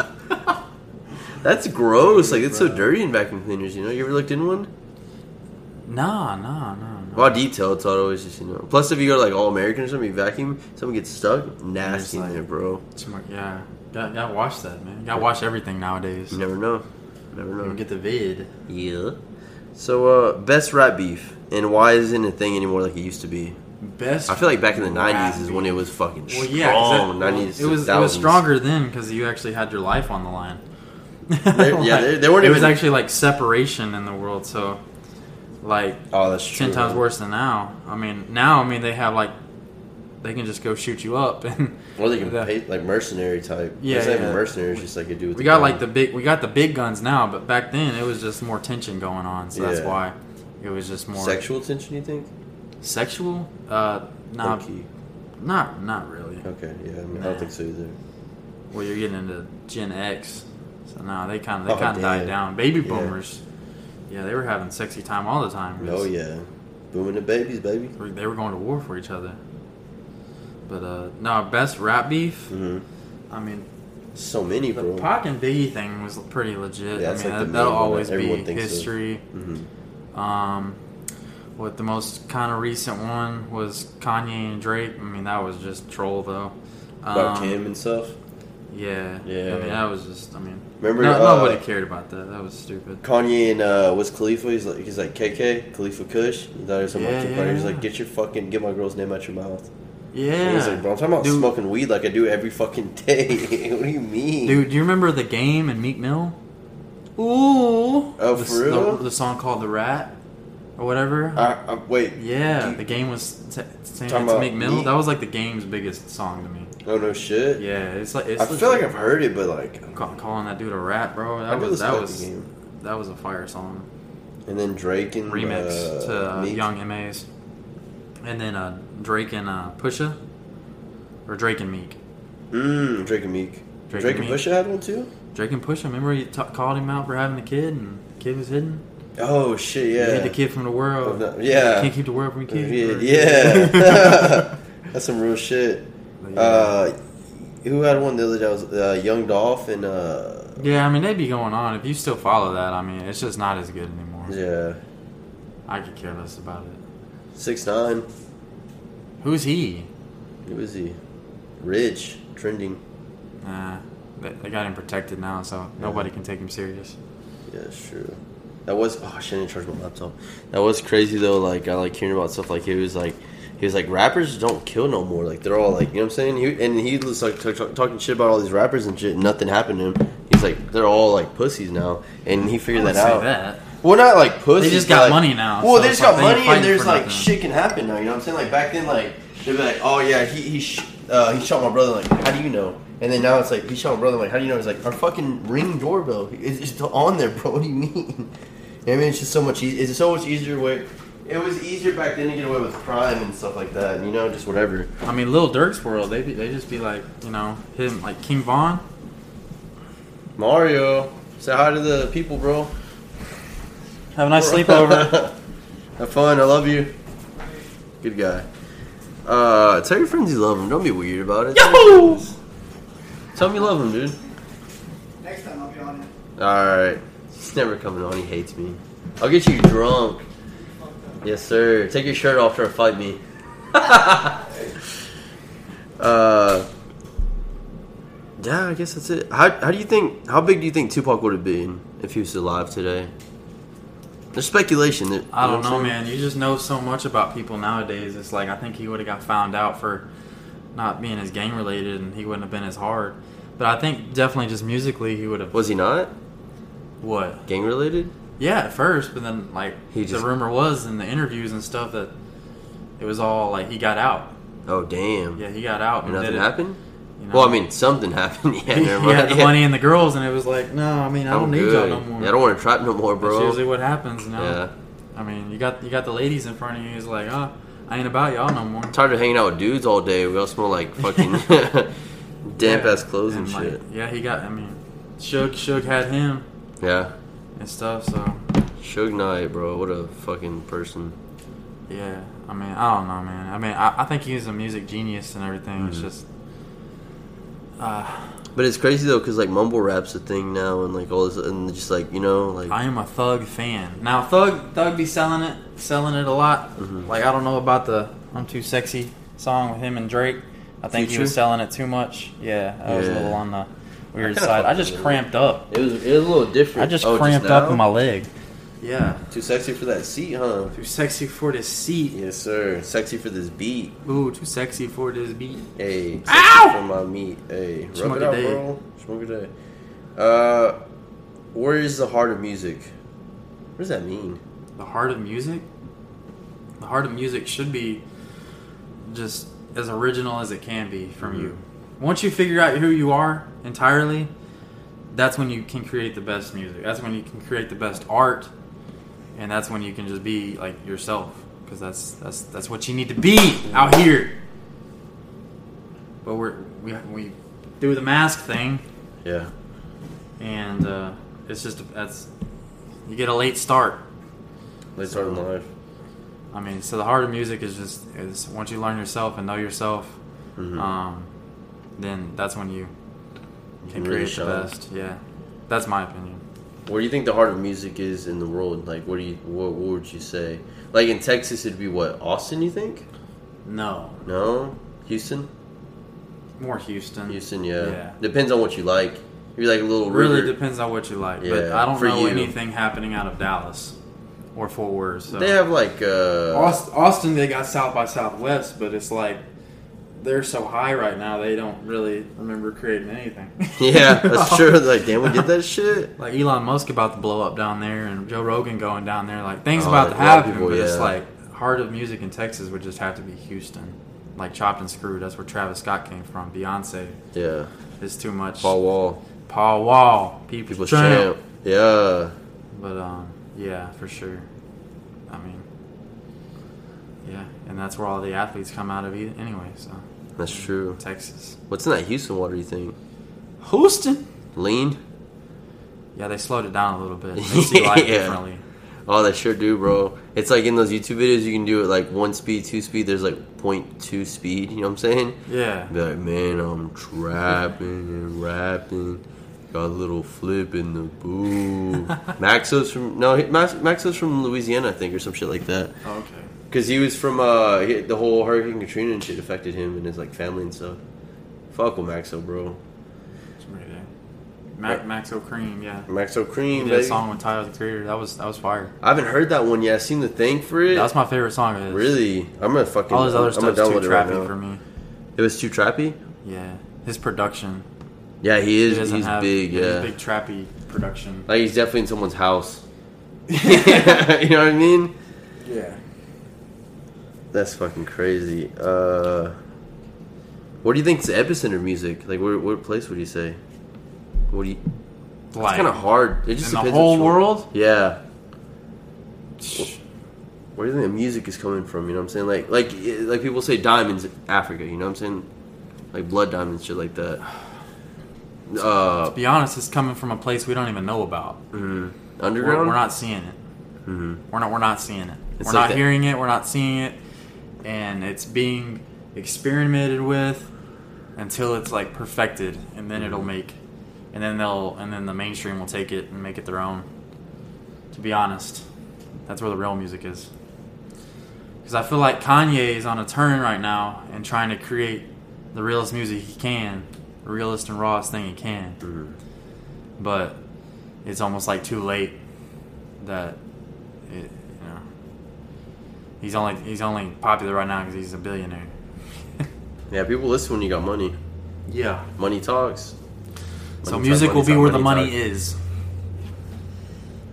S2: That's gross. Like it's so dirty in vacuum cleaners. You know, you ever looked in one?
S1: Nah, nah, nah. nah.
S2: Well, detail. It's not always just you know. Plus, if you go to like All American or something, you vacuum, someone gets stuck. Nasty in
S1: like-
S2: there, bro.
S1: Smoke- Yeah, gotta, gotta watch that, man. Gotta watch everything nowadays.
S2: You never know. Never
S1: You
S2: know.
S1: Get the vid.
S2: Yeah. So, uh, best rat beef, and why isn't it a thing anymore like it used to be?
S1: Best.
S2: I feel like back in the
S1: rat
S2: '90s is when it
S1: beef.
S2: was fucking
S1: Well,
S2: strong.
S1: yeah, 'cause that- well,
S2: '90s,
S1: it was it was
S2: 2000s.
S1: stronger then because you actually had your life on the line. [laughs]
S2: yeah, they- they weren't
S1: It
S2: even-
S1: was actually like separation in the world, so like
S2: Oh, that's true.
S1: ten times worse than now. I mean, now I mean they have like they can just go shoot you up, [laughs] and
S2: Or they can
S1: The-
S2: pay like mercenary type.
S1: Yeah,
S2: it's not even
S1: yeah.
S2: mercenary. It's just like a dude. With
S1: we got
S2: gun.
S1: like the big we got the big guns now, but back then it was just more tension going on, so that's
S2: Yeah.
S1: why it was just more
S2: sexual tension. You think?
S1: sexual. Uh, not
S2: Low-key.
S1: not not really.
S2: Okay. Yeah, I, mean, I
S1: Nah.
S2: don't think so either.
S1: Well, you're getting into Gen X, so now they kind of they
S2: Oh,
S1: kind of died
S2: damn.
S1: down. Baby
S2: Yeah.
S1: boomers, yeah, they were having sexy time all the time. 'cause
S2: Oh yeah, booming the babies, baby.
S1: they were- they were going to war for each other. But uh no, best rap beef.
S2: hmm
S1: I mean,
S2: So many,
S1: Mm-hmm. the
S2: bro.
S1: Pac and Biggie thing was pretty legit.
S2: Yeah,
S1: I
S2: that's
S1: mean,
S2: like the
S1: that,
S2: main
S1: that'll
S2: one that
S1: always be
S2: everyone thinks of.
S1: history.
S2: Mhm.
S1: Um, what the most kind of recent one was Kanye and Drake. I mean, that was just troll though.
S2: About
S1: Um,
S2: Kim and stuff.
S1: Yeah.
S2: Yeah.
S1: I mean, that was just. I mean,
S2: Remember,
S1: no,
S2: uh,
S1: nobody cared about that. That was stupid.
S2: Kanye and uh, was Khalifa. He's like, he's like KK Khalifa Kush. He thought he was some
S1: Yeah,
S2: monkey
S1: yeah,
S2: He's like,
S1: yeah.
S2: get your fucking get my girl's name out your mouth.
S1: Yeah.
S2: And he's like, bro, I'm talking about
S1: dude,
S2: smoking weed like I do every fucking day. [laughs] what do you mean,
S1: Dude, do you remember the game and Meat Mill? Ooh.
S2: Oh,
S1: the,
S2: for real?
S1: The, the song called "The Rat" or whatever.
S2: I, I, wait.
S1: yeah,
S2: you-
S1: the game was t- saying
S2: Talking
S1: it's
S2: about
S1: Meat Mill.
S2: Meat?
S1: That was like the game's biggest song to me.
S2: Oh no, shit.
S1: Yeah, it's like it's
S2: I feel like
S1: legit.
S2: I've heard it, but like
S1: Ca- calling that dude a rat, bro. That
S2: I do
S1: was
S2: this
S1: that
S2: type
S1: was
S2: of game.
S1: that was a fire song
S2: And then Drake and
S1: remix
S2: uh,
S1: to uh,
S2: Meek.
S1: Young Ma's, and then uh, Drake and uh, Pusha, or Drake and Meek.
S2: Mm, Drake and Meek.
S1: Drake
S2: Drake,
S1: and
S2: and,
S1: Meek.
S2: Pusha had one too.
S1: Drake and Pusha. Remember you t- called him out for having the kid, and the kid was hidden.
S2: Oh shit! Yeah.
S1: You hid the kid from the world.
S2: Oh, no, yeah.
S1: can't keep the world from your
S2: Yeah,
S1: kid.
S2: [laughs]
S1: [laughs]
S2: yeah. that's some real shit.
S1: But yeah.
S2: Uh, who had one the other day? It was uh, Young Dolph and uh,
S1: yeah, I mean they be going on. If you still follow that, I mean it's just not as good anymore.
S2: yeah,
S1: I could care less about it.
S2: six nine.
S1: Who's he?
S2: Who is he? Rich, trending.
S1: Nah, Uh, they, they got him protected now, so nobody can take him serious.
S2: Yeah, that's true. That was oh, I shouldn't charge my laptop. That was crazy though. Like I like hearing about stuff like he was like he was like rappers don't kill no more. Like they're all like you know what I'm saying. He, and he was like t- t- talking shit about all these rappers and shit. And nothing happened to him. He's like they're all like pussies now. And he figured
S1: I
S2: that
S1: wouldn't say
S2: out.
S1: that.
S2: Well, not like pussies.
S1: just
S2: but,
S1: got
S2: like-
S1: money now,
S2: Well,
S1: so
S2: they
S1: it's
S2: just
S1: like
S2: got
S1: they
S2: money
S1: fighting
S2: and there's
S1: for
S2: like
S1: nothing.
S2: shit can happen now. You know what I'm saying? Like back then, like they'd be like, oh yeah, he he sh- uh, he shot my brother. Like how do you know? And then now it's like he shot my brother. Like how do you know? It's like our fucking ring doorbell. It's, it's still on there, bro. [laughs] What do you mean? I mean, it's just so much. E- it's so much easier way. It was easier back then to get away with crime and stuff like that. You know, just whatever.
S1: I mean, Lil Durk's world, they be, they just be like, you know, him like King Von.
S2: Mario. Say hi to the people, bro.
S1: Have a nice
S2: [laughs]
S1: sleepover.
S2: Have fun. I love you. Good guy. Uh, tell your friends you love them. Don't be weird about it. Yo! Tell them you love them, dude.
S4: Next time I'll be on it.
S2: Alright. He's never coming on. He hates me. I'll get you drunk. Yes, sir. Take your shirt off to fight me. [laughs] uh, yeah, I guess that's it. How, how do you think, how big do you think Tupac would have been if he was alive today? There's speculation. That,
S1: I don't
S2: you what
S1: know,
S2: I'm saying?
S1: man. You just know so much about people nowadays. It's like I think he would have got found out for not being as gang related, and he wouldn't have been as hard. But I think definitely just musically, he would have.
S2: Was he not?
S1: What?
S2: Gang related?
S1: Yeah, at first, but then like
S2: He just-
S1: the rumor was in the interviews and stuff that it was all like he got out.
S2: Oh, damn.
S1: Yeah, he got out and
S2: And nothing
S1: did it,
S2: happened?
S1: you know.
S2: Well, I mean, something [laughs] happened.
S1: [laughs]
S2: Yeah,
S1: he,
S2: never
S1: he
S2: mind.
S1: had the
S2: Yeah. [laughs]
S1: money and the girls, and it was like, no, I mean, I
S2: I'm
S1: don't need
S2: good.
S1: y'all no more.
S2: Yeah, I don't want to trap no more,
S1: That's
S2: bro.
S1: usually what happens, you know.
S2: Yeah.
S1: I mean, you got you got the ladies in front of you. He's like, oh, I ain't about y'all no more.
S2: I'm tired of hanging out with dudes all day. We all
S1: [laughs]
S2: smell like fucking [laughs] damp ass clothes and,
S1: like,
S2: shit.
S1: yeah, he got. I mean, Suge Suge had him
S2: Yeah.
S1: and stuff. So
S2: Suge Knight, bro. What a fucking person.
S1: yeah, I mean, I don't know, man. I mean, I, I think he's a music genius and everything.
S2: Mm-hmm.
S1: It's just, uh,
S2: But it's crazy though, cause like mumble rap's a thing now, and like all this, and just like you know, like
S1: I am a Thug fan. Now Thug Thug be selling it, selling it a lot.
S2: Mm-hmm.
S1: Like I don't know about the "I'm Too Sexy" song with him and Drake. I think he was
S2: Future?
S1: selling it too much. Yeah, I was a
S2: Yeah.
S1: little on the weird
S2: kinda
S1: side. I
S2: fuck
S1: just
S2: with it.
S1: cramped up.
S2: it was it was a little
S1: I
S2: different.
S1: just
S2: Oh,
S1: cramped up
S2: now?
S1: in my leg. Yeah,
S2: Too sexy for that seat, huh?
S1: too sexy for this seat.
S2: Yes, sir. Sexy for this beat.
S1: Ooh, too sexy for this beat.
S2: Hey, sexy
S1: Ow!
S2: for my meat. Hey,
S1: Smoke
S2: rub it
S1: a
S2: out,
S1: day.
S2: bro. Smoke a day. Uh, where is the heart of music? What does that mean?
S1: the heart of music the heart of music should be just as original as it can be from you once you figure out who you are entirely that's when you can create the best music that's when you can create the best art and that's when you can just be like yourself because that's that's that's what you need to be out here but we're we, we do the mask thing
S2: Yeah.
S1: and uh, it's just that's you get a late start
S2: Let's start in life.
S1: I mean, so the heart of music is just is once you learn yourself and know yourself,
S2: Mm-hmm.
S1: um, then that's when you can
S2: can really
S1: create
S2: shine.
S1: the best. Yeah, that's my opinion.
S2: Where do you think the heart of music is in the world? Like, what do you what, what would you say? Like in Texas, it'd be what Austin? You think?
S1: No,
S2: No, Houston.
S1: more Houston.
S2: Houston, yeah.
S1: Yeah.
S2: Depends on what you like. If you like a little
S1: really
S2: river,
S1: depends on what you like. but
S2: Yeah,
S1: I don't
S2: for
S1: know
S2: you.
S1: anything happening out of Dallas or Fort Worth. So.
S2: they have like uh,
S1: Aust- Austin, they got South by Southwest, but it's like they're so high right now they don't really remember creating anything.
S2: [laughs] [laughs] yeah,
S1: [laughs]
S2: that's true. Like, damn, we did that shit.
S1: like Elon Musk about to blow up down there, and Joe Rogan going down there. Like things
S2: Oh,
S1: about
S2: like,
S1: to
S2: a lot of
S1: happen,
S2: people,
S1: but it's
S2: yeah.
S1: like heart of music in Texas would just have to be Houston, like chopped and screwed. That's where Travis Scott came from. Beyonce
S2: Yeah,
S1: is too much.
S2: Paul
S1: Paul,
S2: Wall,
S1: Wall, people's,
S2: people's
S1: champ.
S2: champ. Yeah.
S1: But um, yeah, for sure. I mean, yeah, and that's where all the athletes come out of e- anyway. So
S2: That's true.
S1: Texas,
S2: What's in that Houston water? You think
S1: Houston.
S2: lean?
S1: Yeah, they slowed it down a little
S2: [laughs]
S1: bit. They see life
S2: Yeah.
S1: differently.
S2: Oh, they sure do, bro. It's like in those YouTube videos, you can do it like one speed, two speed. There's like 0.2 speed. You know what I'm saying?
S1: Yeah.
S2: Be like, man, I'm trapping and rapping. Got a little flip in the boo.
S1: [laughs]
S2: Maxo's from no, he- Max, Maxo's from Louisiana, I think, or some shit like that.
S1: Oh, Okay.
S2: Cause he was from uh, he- the whole Hurricane Katrina and shit affected him and his like family and stuff. Fuck with Maxo, bro.
S1: Somebody there. Mac, Maxo Cream, yeah.
S2: Maxo
S1: He
S2: Cream,
S1: did a
S2: baby.
S1: song with Tyler the Creator. That was that was fire.
S2: I haven't heard that one yet. I seen the thing for it.
S1: That's my favorite song. Of his.
S2: Really, I'm gonna fucking.
S1: All his other
S2: I'm gonna
S1: stuff's too
S2: download it right
S1: trappy
S2: now.
S1: for me.
S2: It was too trappy.
S1: Yeah, his production.
S2: Yeah, he
S1: He
S2: is.
S1: doesn't
S2: he's
S1: have
S2: big.
S1: he's
S2: Yeah,
S1: big trappy production.
S2: like he's definitely in
S1: [laughs]
S2: someone's house. [laughs] you know what I mean?
S1: Yeah.
S2: That's fucking crazy. Uh, what do you think's the epicenter of music? Like, where, what place would you say? What do you? It's
S1: Like
S2: kind of hard. It just
S1: in the
S2: depends
S1: whole
S2: which one-
S1: world.
S2: Yeah.
S1: Shh.
S2: Where do you think the music is coming from? You know what I'm saying? Like, like, eh, like people say diamonds, Africa. You know what I'm saying? Like blood diamonds, shit like that. uh,
S1: be honest, it's coming from a place we don't even know about. We're,
S2: underground.
S1: we're not seeing it. We're not. We're not seeing it.
S2: It's
S1: we're
S2: like
S1: not
S2: that-
S1: hearing it. We're not seeing it, and it's being experimented with until it's like perfected, and then
S2: Mm-hmm.
S1: it'll make, and then they'll, and then the mainstream will take it and make it their own. To be honest, that's where the real music is. Because I feel like Kanye is on a turn right now and trying to create the realest music he can, the realest and rawest thing he can.
S2: Mm-hmm.
S1: But it's almost like too late that it, you know he's only he's only popular right now because he's a billionaire.
S2: Yeah, people listen when you got money.
S1: Yeah.
S2: Money talks.
S1: So
S2: Money
S1: music
S2: talk,
S1: will
S2: money
S1: be
S2: talk,
S1: where the money
S2: money talk.
S1: is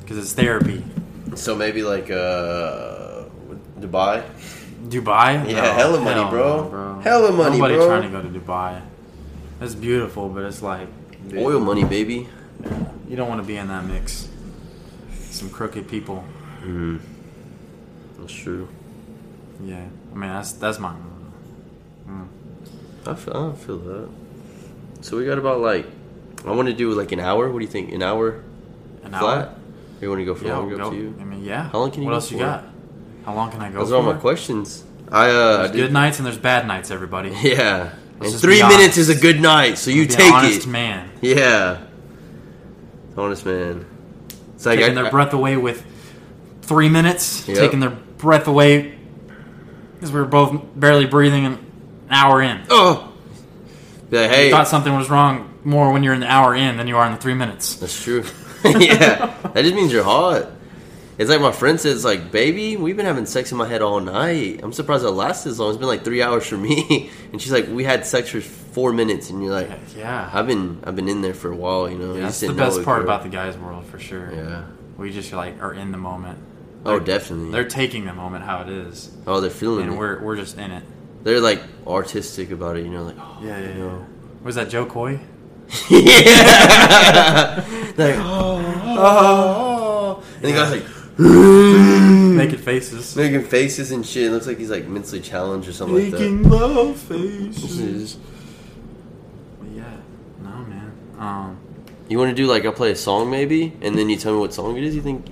S1: because it's therapy.
S2: So maybe like uh, Dubai.
S1: Dubai?
S2: Yeah, hella money,
S1: no,
S2: bro.
S1: no,
S2: Hella money,
S1: Nobody
S2: bro.
S1: trying to go to Dubai. It's beautiful, but it's like dude,
S2: Oil money, baby.
S1: You don't want to be in that mix. Some crooked people.
S2: That's true.
S1: Yeah. I mean, that's that's my.
S2: I feel, I don't feel that. So we got about like, I want to do like an hour. What do you think? An hour
S1: An
S2: flat?
S1: hour.
S2: Or you want to go for
S1: Yeah,
S2: longer? Up
S1: go.
S2: to you.
S1: I mean, yeah.
S2: How long can you
S1: What
S2: go
S1: else you
S2: for?
S1: got? How long can I go?
S2: Those are all
S1: for?
S2: my questions. I uh, I
S1: There's
S2: did-
S1: good nights and there's bad nights, everybody.
S2: [laughs] Yeah. And
S1: just be
S2: three minutes
S1: honest.
S2: is a good night, so you
S1: Be an
S2: take
S1: honest
S2: it.
S1: man.
S2: Yeah. Honest man. It's like
S1: taking
S2: I,
S1: their breath away with three minutes.
S2: Yep.
S1: Taking their breath away because we were both barely breathing an hour in.
S2: I, oh. Be like,
S1: You
S2: hey,
S1: thought something was wrong more when you're in the hour in than you are in the three minutes. [laughs]
S2: that's true. [laughs] yeah, that just means you're hot. It's like my friend says, like, baby, we've been having sex in my head all night. I'm surprised it lasted as long. It's been like three hours for me. [laughs] And she's like, we had sex for four minutes, and you're like,
S1: Yeah,
S2: I've been, I've been in there for a while, you know. You
S1: that's
S2: just
S1: the
S2: didn't know
S1: best
S2: it,
S1: part
S2: bro.
S1: about the guys' world for sure.
S2: Yeah.
S1: We just like are in the moment.
S2: Oh,
S1: They're-
S2: definitely.
S1: They're taking the moment how it is,
S2: oh, they're feeling
S1: and
S2: it.
S1: we're we're just in it.
S2: They're like artistic about it, you
S1: [laughs]
S2: know, like. [laughs] Oh,
S1: Yeah, yeah,
S2: you
S1: yeah.
S2: know.
S1: Was that Joe Coy? [laughs]
S2: yeah. [laughs] like, oh, oh. And the guy's like,
S1: Making faces.
S2: [laughs] making faces and shit. It looks like he's like mentally challenged or something like that.
S1: love faces.
S2: Jeez.
S1: Yeah. No, man. Um.
S2: You want to do like I play a song maybe, and then you tell me what song it is. You think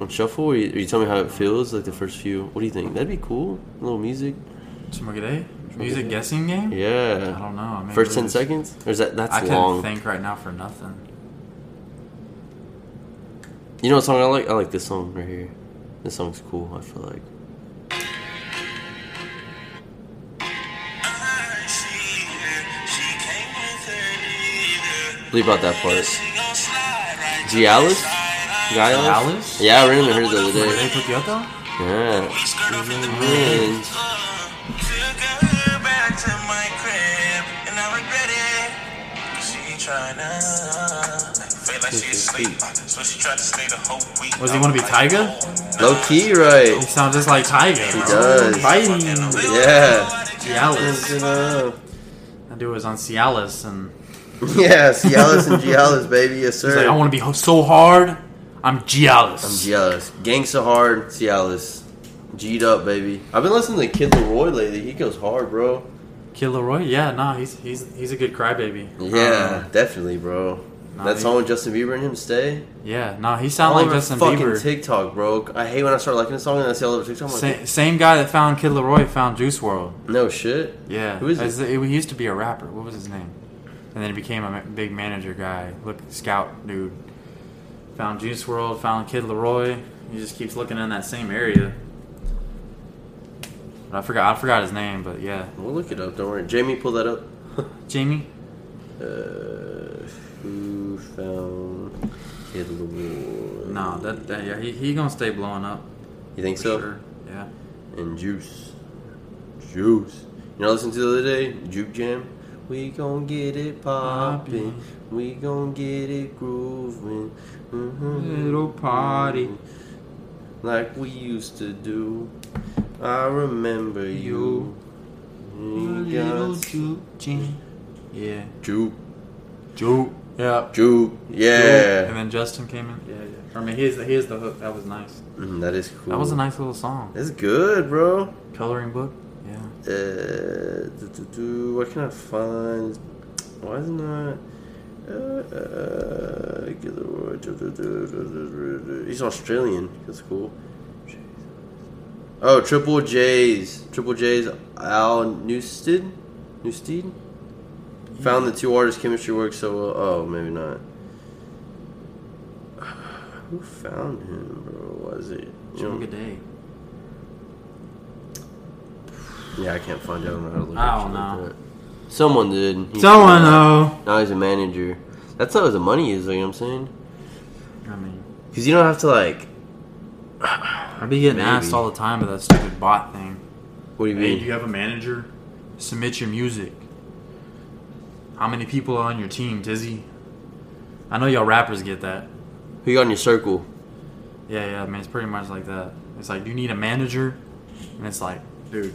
S2: on shuffle, or you, or you tell me how it feels like the first few. What do you think? That'd be cool. A little music.
S1: Shmugade? Music guessing game? I
S2: Yeah.
S1: don't know. I mean,
S2: First
S1: we
S2: ten
S1: just-
S2: seconds, or is that that's
S1: I couldn't
S2: long?
S1: think right now for nothing.
S2: You know what song I like? I like this song right here. This song's cool. I feel like. Leave out that part. Gialis?
S1: Gialis?
S2: Gialis? Yeah, I randomly heard it the
S1: Were
S2: other day.
S1: they Pukyota?
S2: Yeah. And
S1: Was he wanna be Tyga?
S2: low key, right?
S1: He sounds just like Tyga. He
S2: does.
S1: Fighting.
S2: Yeah.
S1: Cialis.
S2: [laughs]
S1: That dude was on Cialis and
S2: Yeah, Cialis and Gialis, baby. Yes,
S1: he's
S2: sir.
S1: like, I want to be ho- so hard. I'm Cialis.
S2: I'm jealous. Gangsta hard, Cialis. G'd up, baby. I've been listening to Kid Leroy lately. He goes hard, bro.
S1: Kid Leroy? Yeah, nah, he's he's he's a good crybaby.
S2: Yeah, definitely, bro.
S1: nah,
S2: that
S1: he-
S2: song with Justin Bieber and him stay.
S1: Um, yeah, nah, he
S2: I
S1: sounds like Justin
S2: fucking
S1: Bieber.
S2: TikTok, bro. I hate when I start liking a song and I see all over TikTok. I'm like,
S1: Sa- same guy that found Kid Leroy found Juice World.
S2: no shit.
S1: Yeah,
S2: Who is
S1: As-
S2: it?
S1: He used to be a rapper. What was his name? And then he became a ma- big manager guy. Look, scout dude. Found Juice World. Found Kid Leroy. He just keeps looking in that same area. But I forgot. I forgot his name. But yeah,
S2: We'll look it up. Don't worry. Jamie, pull that up.
S1: Jamie.
S2: Uh, who found Kid Leroy?
S1: No, that, that yeah, he, he gonna stay blowing up.
S2: You think
S1: for
S2: so?
S1: Sure. Yeah.
S2: and juice. Juice. You know, listen to the other day, Juke Jam. We gon' get it poppin', we gon' get it groovin', Mhm.
S1: Little party.
S2: Mm-hmm. like we used to do. I remember you. You
S1: Little
S2: got
S1: Juke, Jamie. Yeah.
S2: Juke,
S1: Juke. Yeah.
S2: Juke,
S1: And
S2: yeah.
S1: then Justin came in. Yeah, yeah. I mean, here's the here's the hook. That was nice.
S2: Mhm, That is cool.
S1: That was a nice little song.
S2: That's good, bro.
S1: Coloring book. Yeah.
S2: Uh, do, do, do, what can I find? Why is it not? Uh, Gilroy, duh, duh, duh, duh, duh, duh, duh. He's Australian. That's cool. Oh, Triple J's. Triple J's Al Newstead? Newstead? Found the two artists' chemistry works so well. Oh, maybe not. [sighs] Who found him, bro? Was it? You
S1: Joe
S2: know-
S1: Gaudet.
S2: yeah, I can't find it. I don't know how to look
S1: I
S2: up
S1: don't
S2: shit like
S1: know.
S2: that. Someone did. He
S1: Someone
S2: found out.
S1: though.
S2: Now he's a manager. That's how the money is, like, you know what I'm saying?
S1: I mean,
S2: Because you don't have to, like,
S1: I be getting
S2: Maybe.
S1: asked all the time about that stupid bot thing.
S2: what do you
S1: Hey,
S2: mean?
S1: do you have a manager? Submit your music. How many people are on your team, Dizzy? I know y'all rappers get that.
S2: Who you got in your circle?
S1: Yeah, yeah, I mean, it's pretty much like that. It's like, do you need a manager? And it's like, dude.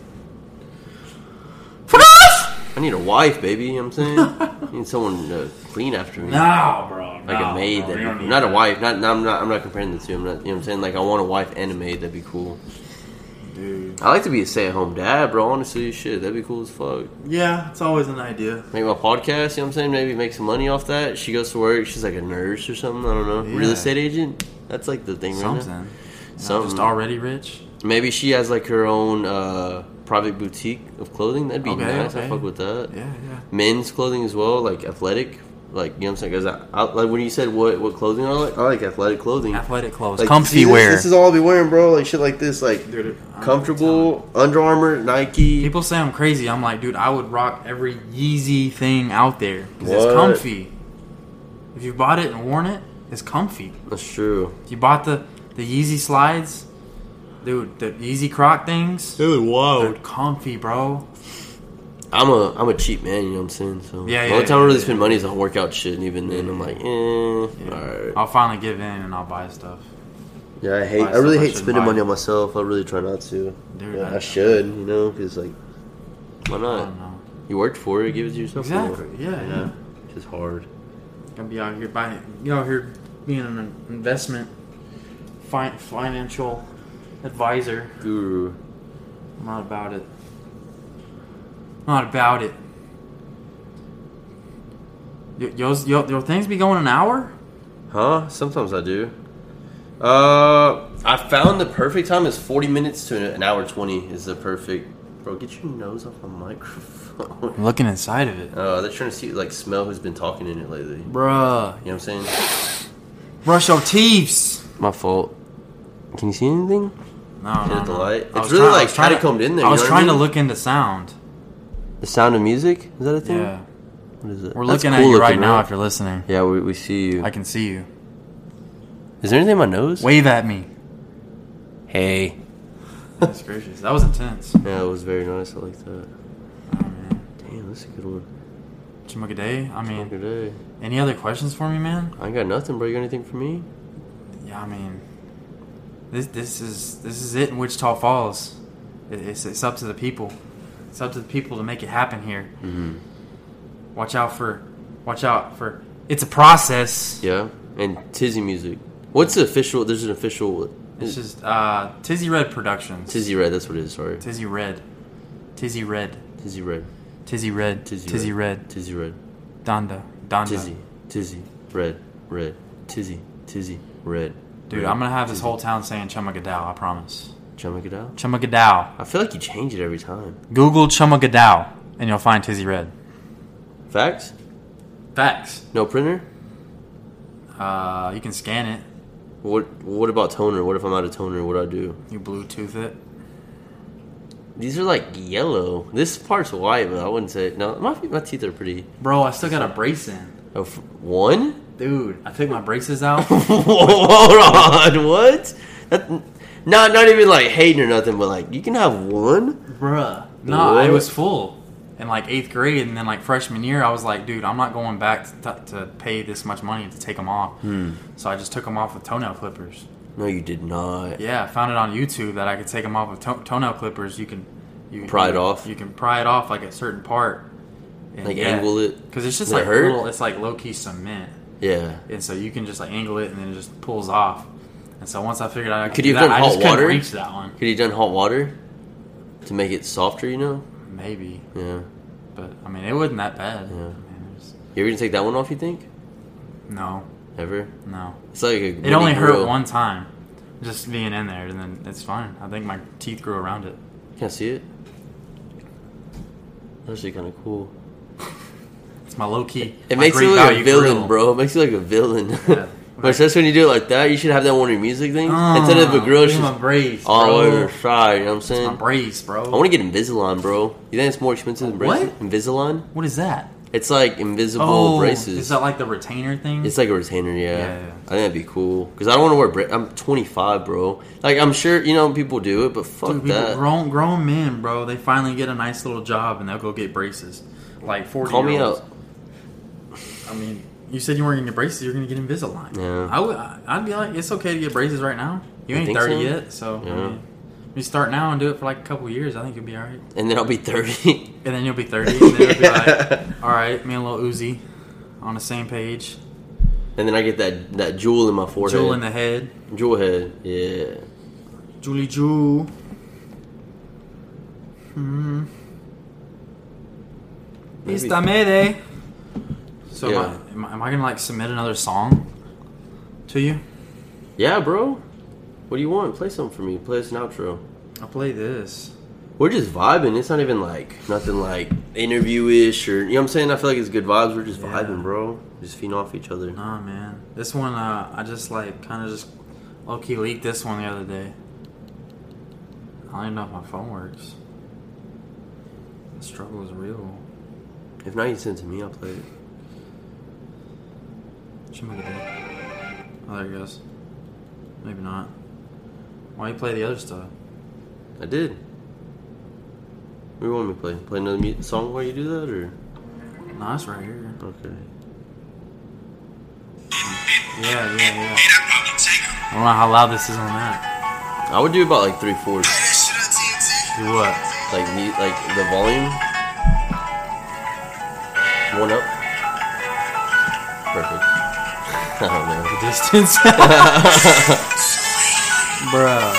S2: I need a wife, baby. You know
S1: [laughs]
S2: what I'm saying? I need someone to clean after me.
S1: No, bro.
S2: like
S1: no,
S2: a maid
S1: bro,
S2: that'd
S1: you
S2: be
S1: don't
S2: cool.
S1: need
S2: Not a
S1: that.
S2: wife. Not, no, I'm not. I'm not comparing the two. I'm not. You know what I'm saying? Like I want a wife and a maid. That'd be cool.
S1: Dude.
S2: I like to be a stay-at-home dad, bro. Honestly, shit, that'd be cool as fuck.
S1: Yeah, it's always an idea.
S2: Make my podcast. You know what I'm saying? Maybe make some money off that. She goes to work. She's like a nurse or something. I don't know. Real
S1: Yeah.
S2: estate agent. That's like the thing right
S1: Something.
S2: now.
S1: Not Just
S2: Something.
S1: already rich?
S2: Maybe she has like her own uh, private boutique of clothing. That'd be
S1: Okay,
S2: nice. I
S1: okay.
S2: fuck with that.
S1: Yeah, yeah.
S2: men's clothing as well, like athletic. Like you know what I'm saying? Because I, I, like when you said what what clothing I like, I like athletic clothing,
S1: Athletic clothes.
S2: like,
S1: Comfy
S2: see, this-
S1: wear.
S2: This is all I'll be wearing, bro. Like shit, like this, like
S1: Dude, I'm
S2: comfortable Under Armour, Nike.
S1: People say I'm crazy. I'm like, dude, I would rock every Yeezy thing out there because it's
S2: What?
S1: comfy. If you bought it and worn it, it's comfy.
S2: That's true.
S1: If you bought the the Yeezy slides, dude, the Yeezy Croc things,
S2: Dude,
S1: they're
S2: wild.
S1: comfy, bro.
S2: I'm a I'm a cheap man. You know what I'm saying? So
S1: Yeah,
S2: the
S1: yeah,
S2: only time I
S1: yeah,
S2: really
S1: yeah.
S2: spend money is on workout shit, and even then I'm like, eh, all right.
S1: I'll finally give in and I'll buy stuff.
S2: Yeah, I hate.
S1: buy
S2: I really
S1: stuff I
S2: hate
S1: shouldn't
S2: spending
S1: buy.
S2: money on myself. I really try not to.
S1: Dude,
S2: yeah,
S1: I-
S2: I, should, you know, Um, because like, why
S1: I
S2: not?
S1: don't know.
S2: You worked for it. Give it to yourself.
S1: Exactly. Yeah, yeah.
S2: Yeah. It's just hard.
S1: Gonna be out here buying, you out here being an investment fi- financial advisor.
S2: Guru.
S1: I'm not about it. Not about it. Yo, yo, yo, your things be going an hour?
S2: Huh? Sometimes I do. Uh, I found the perfect time is 40 minutes to an hour 20 is the perfect. Bro, get your nose off my [laughs] microphone.
S1: I'm looking inside of it.
S2: Uh, they're trying to see, like, smell who's been talking in it lately. You know
S1: Bruh.
S2: what I'm saying?
S1: Brush your teeth.
S2: My fault. Can you see anything?
S1: No, no,
S2: Hit the
S1: no.
S2: light.
S1: I was trying-
S2: It's really,
S1: I
S2: like,
S1: was trying to-
S2: catacombed in there,
S1: I
S2: you
S1: was
S2: know what I
S1: trying to
S2: mean?
S1: look into sound.
S2: The sound of music? Is that a thing?
S1: Yeah.
S2: What is it?
S1: We're
S2: That's
S1: looking at
S2: cool
S1: you right
S2: looking,
S1: now if you're listening.
S2: Yeah, we, we see you.
S1: I can see you.
S2: Is there anything in my nose?
S1: Wave at me.
S2: Hey.
S1: That's gracious. That was intense.
S2: Yeah, it was very nice. I like that.
S1: Oh, man.
S2: Damn, that's a good one.
S1: Chimugaday, I mean,
S2: Good day.
S1: any other questions for me, man?
S2: I ain't got nothing, bro. You got anything for me?
S1: Yeah, I mean, this this is this is it in Wichita Falls. It, it's it's up to the people. It's up to the people to make it happen here. Watch out for, watch out for. It's a process.
S2: Yeah, and Tizzy music. What's the official? There's an official.
S1: It's just uh, Tizzy Red Productions.
S2: Tizzy Red. That's what it is. Sorry,
S1: Tizzy Red, Tizzy Red,
S2: Tizzy Red.
S1: Tizzy Red,
S2: Tizzy
S1: Tizzy, Red.
S2: Tizzy Red.
S1: Uh-huh. Donda, Donda.
S2: Tizzy. Tizzy. Red. Red. Tizzy. Tizzy. Red.
S1: Dude,
S2: Red.
S1: I'm gonna have this whole town saying Chumagadow. I promise.
S2: Chumagadow?
S1: Chumagadow.
S2: I feel like you change it every time.
S1: Google Chumagadow, and you'll find Tizzy Red.
S2: Facts?
S1: Facts.
S2: No printer.
S1: Uh, you can scan it.
S2: What? What about toner? What if I'm out of toner? What do I do?
S1: You Bluetooth it.
S2: These are like yellow. This part's white, but I wouldn't say. No, my my teeth are pretty.
S1: Bro, I still got a brace in.
S2: Oh, f- one. [laughs]
S1: Dude, I took my braces out.
S2: Hold on, what? That, not not even like hating or nothing, but like you can have one.
S1: Bruh. No, I
S2: What?
S1: was full in like eighth grade, and then like freshman year, I was like, dude, I'm not going back to, to pay this much money to take them off.
S2: Hmm.
S1: So I just took them off with toenail clippers.
S2: No, you did not.
S1: Yeah, I found it on YouTube that I could take them off with to- toenail clippers. You can you
S2: Pry it
S1: you-
S2: off?
S1: You can pry it off like a certain part. And
S2: Like, angle it?
S1: because it's just
S2: Does it
S1: like
S2: hurt?
S1: little. It's like low key cement,
S2: Yeah.
S1: and so you can just like angle it, and then it just pulls off. And so once I figured out, I could,
S2: Could
S1: do
S2: you have
S1: that,
S2: done
S1: I
S2: hot
S1: just
S2: water?
S1: couldn't reach that one.
S2: Could you done hot water to make it softer? You know.
S1: Maybe,
S2: Yeah.
S1: but I mean, it wasn't that bad.
S2: Yeah.
S1: I mean, it was-
S2: You ever gonna take that one off? You think?
S1: No,
S2: Ever?
S1: no.
S2: It's like a
S1: It only hurt
S2: grill.
S1: one time, just being in there, and then it's fine. I think my teeth grew around it.
S2: Can I see it? That's actually kind of cool.
S1: It's my low key.
S2: It
S1: my
S2: makes you
S1: great
S2: look like
S1: value
S2: a villain,
S1: grill.
S2: bro. It makes you like a villain.
S1: Yeah.
S2: [laughs] but just when you do it like that, you should have that one of your music thing. Instead of a
S1: Ah,
S2: grill, it's
S1: give him
S2: just
S1: a brace,
S2: all
S1: bro.
S2: over the side, you know what I'm
S1: It's my
S2: saying?
S1: brace, bro.
S2: I want to get Invisalign, bro. You think it's more expensive than braces?
S1: What?
S2: Invisalign?
S1: what is that? Oh,
S2: It's like invisible braces.
S1: is that like the retainer thing?
S2: It's like a retainer, yeah.
S1: Yeah, yeah.
S2: I think that'd be cool because I don't want to wear. Bra- I'm 25, bro. Like I'm sure you know people do it, but fuck
S1: Dude, people,
S2: that.
S1: grown grown men, bro. They finally get a nice little job and they'll go get braces. Like forty.
S2: Call me
S1: -year-olds.
S2: up.
S1: I mean, you said you weren't gonna get braces. You're gonna get Invisalign.
S2: Yeah.
S1: I would. I- I'd be like, it's okay to get braces right now. You
S2: You
S1: ain't
S2: think
S1: thirty
S2: so?
S1: yet, so I
S2: Yeah.
S1: mean, you start now and do it for like a couple years. I think you'll be all right.
S2: and then I'll be 30.
S1: And then you'll be thirty. And then
S2: [laughs]
S1: you'll be
S2: Yeah.
S1: like, all right, me and little Uzi on the same page.
S2: [laughs] and then I get that that jewel in my forehead.
S1: Jewel in the head.
S2: jewel head. Yeah.
S1: Julie Jew. Hmm.
S2: Maybe.
S1: Esta Mede. So
S2: Yeah.
S1: am, I, am, I, am I gonna like submit another song to you?
S2: Yeah, bro. What do you want? Play something for me. Play us an outro.
S1: I'll play this.
S2: We're just vibing. It's not even like nothing like interview ish or you know what I'm saying. I feel like it's good vibes. We're just
S1: Yeah.
S2: vibing, bro. Just feeding off each other.
S1: Nah, man. This one, uh, I just like kind of just low key leaked this one the other day. I don't even know if my phone works. The struggle is real.
S2: If not, you send it to me. I'll play it.
S1: Should make it work. Oh, there it goes. Maybe not. Why you play the other stuff?
S2: I did. What do you want me to play? Play another mu- song while you do that, or
S1: No, it's right here.
S2: okay?
S1: Yeah, yeah, yeah. I don't know how loud this is on that.
S2: I would do about like three fourths,
S1: Do what?
S2: like mu- like the volume. One up. Perfect. [laughs] I don't know.
S1: The distance? [laughs] Bruh.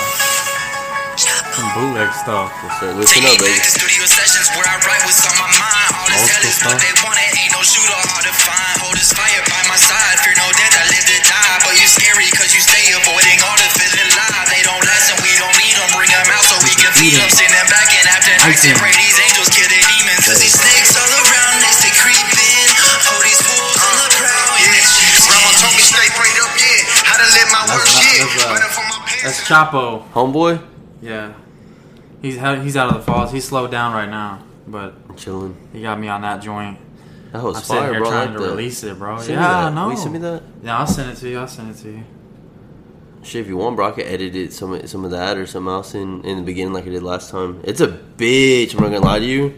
S1: Some bootleg stuff.
S2: Yes, sir. Listen up, baby.
S5: Studio sessions where I write what's on my mind. All this hell
S1: Multiple
S5: is what
S1: times.
S5: they want. It ain't no shooter hard to find. Hold this fire by my side. Fear no death, I live to die. But you scary cause you stay avoiding all the feeling lies. They don't listen, we don't need them. Bring them out so we can feed them. Send them back and after nights and pray these angels kill the demons. Cause these snakes all around, they stay creeping. All these fools on the prowl, yeah. they choosing.
S6: Grandma told me straight right up, yeah. How to live my work,
S1: That's not-
S6: yeah.
S1: that's, uh,
S6: Running for my
S1: That's
S6: pants.
S1: Chapo.
S2: Homeboy,
S1: Yeah. He's out, he's out of the falls. He's slowed down right now. But
S2: I'm chilling.
S1: he got me on that joint.
S2: That was
S1: I'm sitting
S2: fire,
S1: here
S2: bro. I
S1: trying
S2: like
S1: to
S2: that.
S1: release it, bro.
S2: Send me
S1: yeah,
S2: that.
S1: I know.
S2: Will you send me that?
S1: Yeah, I'll send it to you. I'll send it to you.
S2: Shit, if you want, bro, I could edit it some some of that or something else in in the beginning like I did last time. It's a bitch. I'm not gonna lie to you,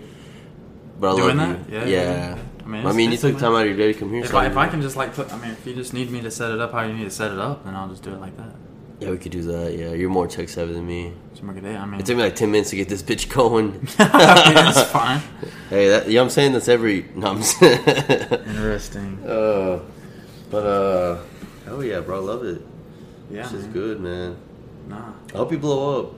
S2: but I
S1: Doing
S2: love
S1: that?
S2: you.
S1: Yeah, yeah,
S2: yeah.
S1: yeah. I
S2: I
S1: mean,
S2: mean,
S1: it's-
S2: you
S1: it's
S2: took
S1: fine.
S2: time out of your day to come here.
S1: If
S2: so
S1: I, if I can just like put, I mean, if you just need me to set it up how you need to set it up, then I'll just do it like that.
S2: yeah, we could do that. Yeah, you're more tech savvy than me.
S1: Just make it day. I mean,
S2: It took me like ten minutes to get this bitch
S1: [laughs]
S2: [laughs] going.
S1: I mean, [laughs] it's fine.
S2: hey, that, you know what I'm saying? That's every. No, I'm [laughs] saying.
S1: Interesting.
S2: uh, but uh, hell yeah, bro, I love it.
S1: Yeah.
S2: This is
S1: man.
S2: good, man.
S1: Nah.
S2: I hope you blow up.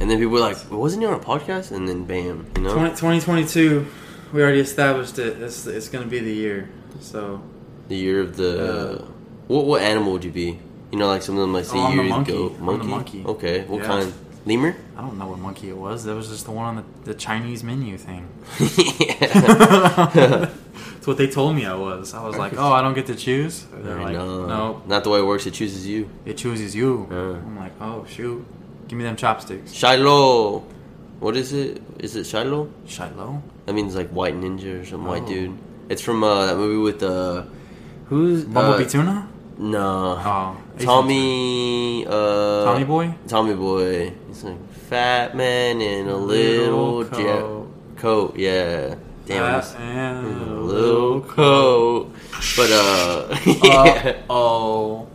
S2: And then people were like, well, "Wasn't you on a podcast?" And then bam, you know.
S1: 20, 2022, we already established it. It's, it's going to be the year. So,
S2: The year of the
S1: Uh,
S2: what? What animal would you be? You know, like some of them like say
S1: Oh, I'm the
S2: year you
S1: monkey.
S2: go
S1: I'm the
S2: monkey.
S1: monkey.
S2: Okay, what
S1: Yeah.
S2: kind?
S1: [laughs]
S2: Lemur. [laughs]
S1: I don't know what monkey it was. That was just the one on the, the Chinese menu
S2: [laughs]
S1: thing. [laughs]
S2: yeah.
S1: That's what they told me I was. I was like, oh, I don't get to choose? They're like,
S2: no,
S1: no,
S2: not the way it works. It chooses you.
S1: it chooses you.
S2: Yeah.
S1: I'm like, oh, shoot. Give me them chopsticks.
S2: Shiloh. What is it? Is it Shiloh?
S1: Shiloh?
S2: That means like white ninja or some white
S1: Oh.
S2: dude. It's from uh, that movie with uh, who's
S1: Bumblebee
S2: uh,
S1: Tuna?
S2: No,
S1: Oh.
S2: Tommy. Uh,
S1: Tommy Boy?
S2: Tommy Boy. He's like fat man in a little,
S1: Little
S2: ja-
S1: coat."
S2: coat. Yeah. Damn. I was-
S1: Fat and
S2: A little coat. But uh, [laughs] yeah.
S1: Oh.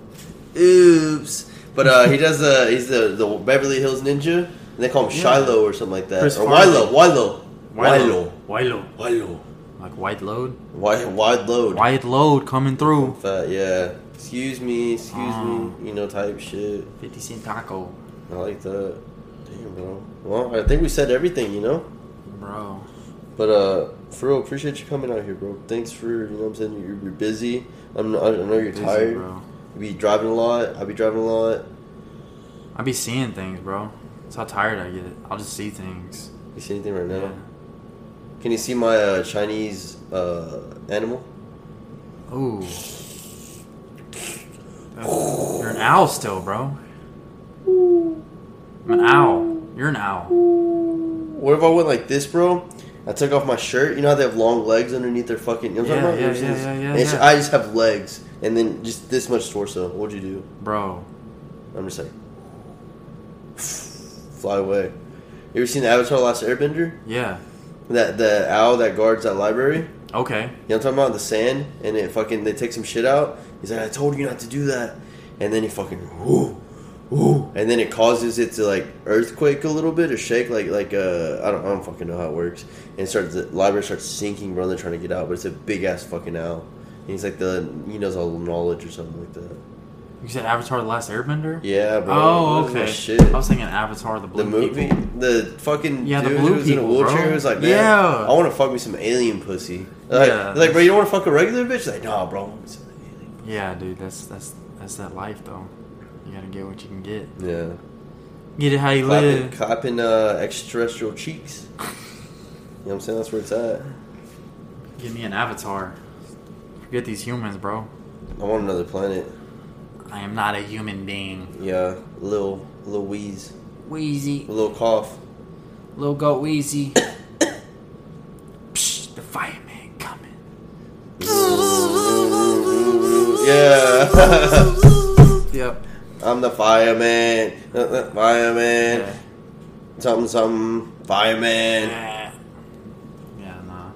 S2: oops. But uh, he does uh, he's the the Beverly Hills Ninja, and they call him Shiloh or something like that,
S1: Chris
S2: or
S1: Farley.
S2: Wilo, Wilo,
S1: Wilo. Wilo.
S2: Wilo, Wilo,
S1: Like white load?
S2: wide, wide load,
S1: Wide load coming through.
S2: fat, yeah. Excuse me, excuse
S1: Oh.
S2: me, you know, type shit.
S1: 50 cent taco.
S2: I like that. Damn, bro. Well, I think we said everything, you know.
S1: Bro.
S2: But uh, for real, appreciate you coming out here, bro. Thanks for you know what I'm saying. You're, you're busy. I'm, I know you're
S1: Busy,
S2: tired.
S1: bro.
S2: You be driving a lot. I be driving a lot.
S1: I be seeing things, bro. That's how tired I get. I'll just see things.
S2: You see anything right now?
S1: Yeah.
S2: Can you see my uh, Chinese uh, animal?
S1: Ooh. That's- You're an owl still, bro. I'm an owl. You're an owl.
S2: What if I went like this, bro? I took off my shirt. You know how they have long legs underneath their fucking. You know what I'm
S1: Yeah,
S2: talking about?
S1: yeah,
S2: It's-
S1: yeah, yeah, yeah,
S2: and it's-
S1: yeah.
S2: I just have legs and then just this much torso. What'd you do?
S1: Bro.
S2: I'm just like, [sighs] fly away. You ever seen Avatar: Last Airbender?
S1: Yeah.
S2: That the owl that guards that library.
S1: Okay.
S2: You know what I'm talking about? The sand, and it fucking they take some shit out. He's like, I told you not to do that, and then he fucking ooh, ooh, and then it causes it to like earthquake a little bit or shake, like like uh, I don't I don't fucking know how it works. And it starts the library starts sinking, bro. and They're trying to get out, but it's a big ass fucking owl. And he's like the he knows all the knowledge or something like that.
S1: You said Avatar The Last Airbender?
S2: Yeah, bro.
S1: Oh,
S2: This is my
S1: okay.
S2: Shit.
S1: I was thinking Avatar the Blue
S2: The movie,
S1: People.
S2: the fucking
S1: Yeah, the
S2: dude
S1: blue
S2: who was in
S1: people,
S2: a wheelchair
S1: bro.
S2: who was like, man,
S1: Yeah.
S2: I want to fuck me some alien pussy. Like,
S1: Yeah.
S2: like, bro, you don't want to fuck a regular bitch? Like, nah, bro, I want me some alien.
S1: Yeah, dude, that's that's that's that life though. You gotta get what you can get.
S2: pussy." Yeah,
S1: Get it how you
S2: clapping,
S1: live.
S2: clapping uh, extraterrestrial cheeks. You know what I'm saying? That's where it's at.
S1: Give me an avatar. Forget these humans, bro.
S2: I want another planet.
S1: I am not a human being.
S2: Yeah, a little, a little wheeze,
S1: Wheezy.
S2: a little cough.
S1: Little goat
S2: [coughs]
S1: Wheezy. Psh, the fireman coming.
S2: Yeah, [laughs]
S1: Yep.
S2: I'm the fireman, Uh, fireman,
S1: Yeah.
S2: something, something, fireman.
S1: Yeah, nah.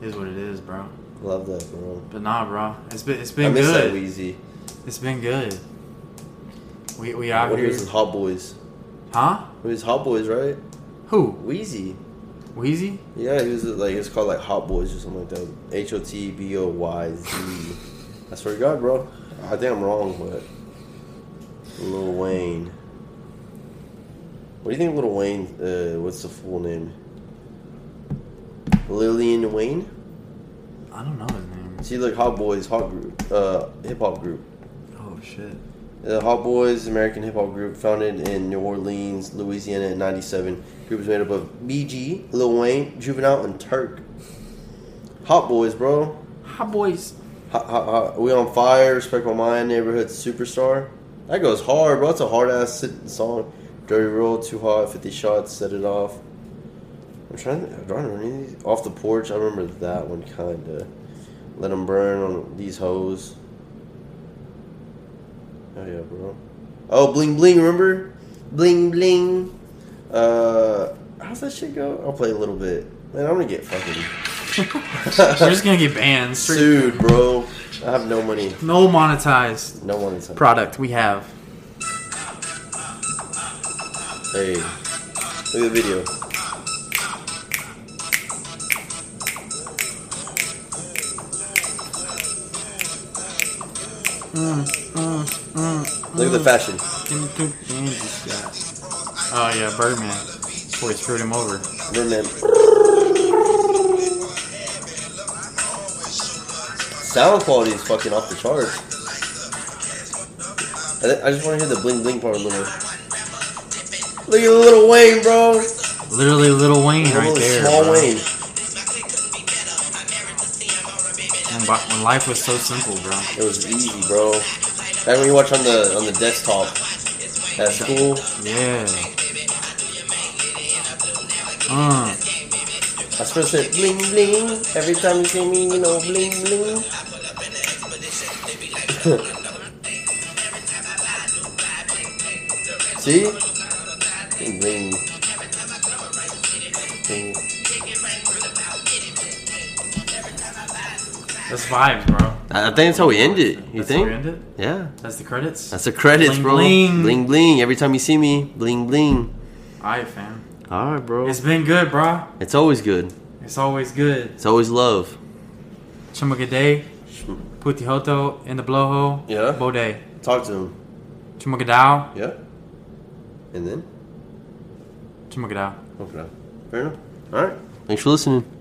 S1: It Is what it is, bro.
S2: Love that, bro.
S1: But nah, bro. It's been it's
S2: I
S1: been
S2: miss that
S1: good.
S2: Wheezy.
S1: It's been good. We we out
S2: What are
S1: here,
S2: his hot boys?
S1: huh?
S2: He was hot boys, right?
S1: Who?
S2: Wheezy.
S1: Wheezy?
S2: Yeah, he was like it's called like hot boys or something like that. H O T B O Y Z. I swear to God, bro. I think I'm wrong, but Lil Wayne. What do you think, Lil Wayne? Uh, what's the full name? Lillian Wayne.
S1: I don't know his name.
S2: See, like Hot Boys, hot group, uh, hip hop group.
S1: Oh shit.
S2: The Hot Boys, American hip hop group, founded in New Orleans, Louisiana in '97. Group is made up of BG, Lil Wayne, Juvenile, and Turk. Hot Boys, bro.
S1: Hi boys.
S2: Hot, hot, hot. We on fire. Respect my mind. Neighborhood superstar. That goes hard, bro. It's a hard ass sit- song. Dirty roll, too hot. Fifty shots, set it off. I'm trying to. Do I know any of these? Off the porch. I remember that one kinda. Let 'em burn on these hoes. Oh yeah, bro. Oh, bling bling. Remember, bling bling. Uh, how's that shit go? I'll play a little bit. Man, I'm gonna get fucking
S1: We're just gonna get banned. Straight-
S2: sued, bro. I have no money.
S1: No monetized
S2: No one is.
S1: product we have.
S2: Hey, look at the video. Look at the fashion.
S1: Give me two candies, yeah. Oh yeah, Birdman. Boy screwed him over.
S2: Then then. Sound quality is fucking off the charts. I, thi- I just want to hear the bling bling part a little. Look at little Wayne, bro.
S1: Literally, Little Wayne right
S2: Little
S1: there.
S2: Small
S1: bro.
S2: Wayne.
S1: And bu- when life was so simple, bro.
S2: It was easy, bro. Back when you watch on the on the desktop at school,
S1: Yeah. Uh,
S2: I supposed to say bling bling every time you see me, you know bling bling. [laughs] see, bling bling. Bling.
S1: that's vibes, bro.
S2: I I think that's how we end it. You
S1: That's how
S2: think?
S1: we end it?
S2: Yeah,
S1: That's the credits.
S2: that's the credits,
S1: Bling,
S2: bro.
S1: bling.
S2: bling bling. Every time you see me, bling bling.
S1: Alright, fam.
S2: All right, bro.
S1: It's been good, bro.
S2: It's always good.
S1: It's always good.
S2: It's always love.
S1: Chumagaday, Putihoto in the blowhole.
S2: Yeah.
S1: Bode.
S2: Talk to him.
S1: Chumagadao.
S2: Yeah. And then?
S1: Chumagadao.
S2: Okay. Fair enough. All right. Thanks for listening.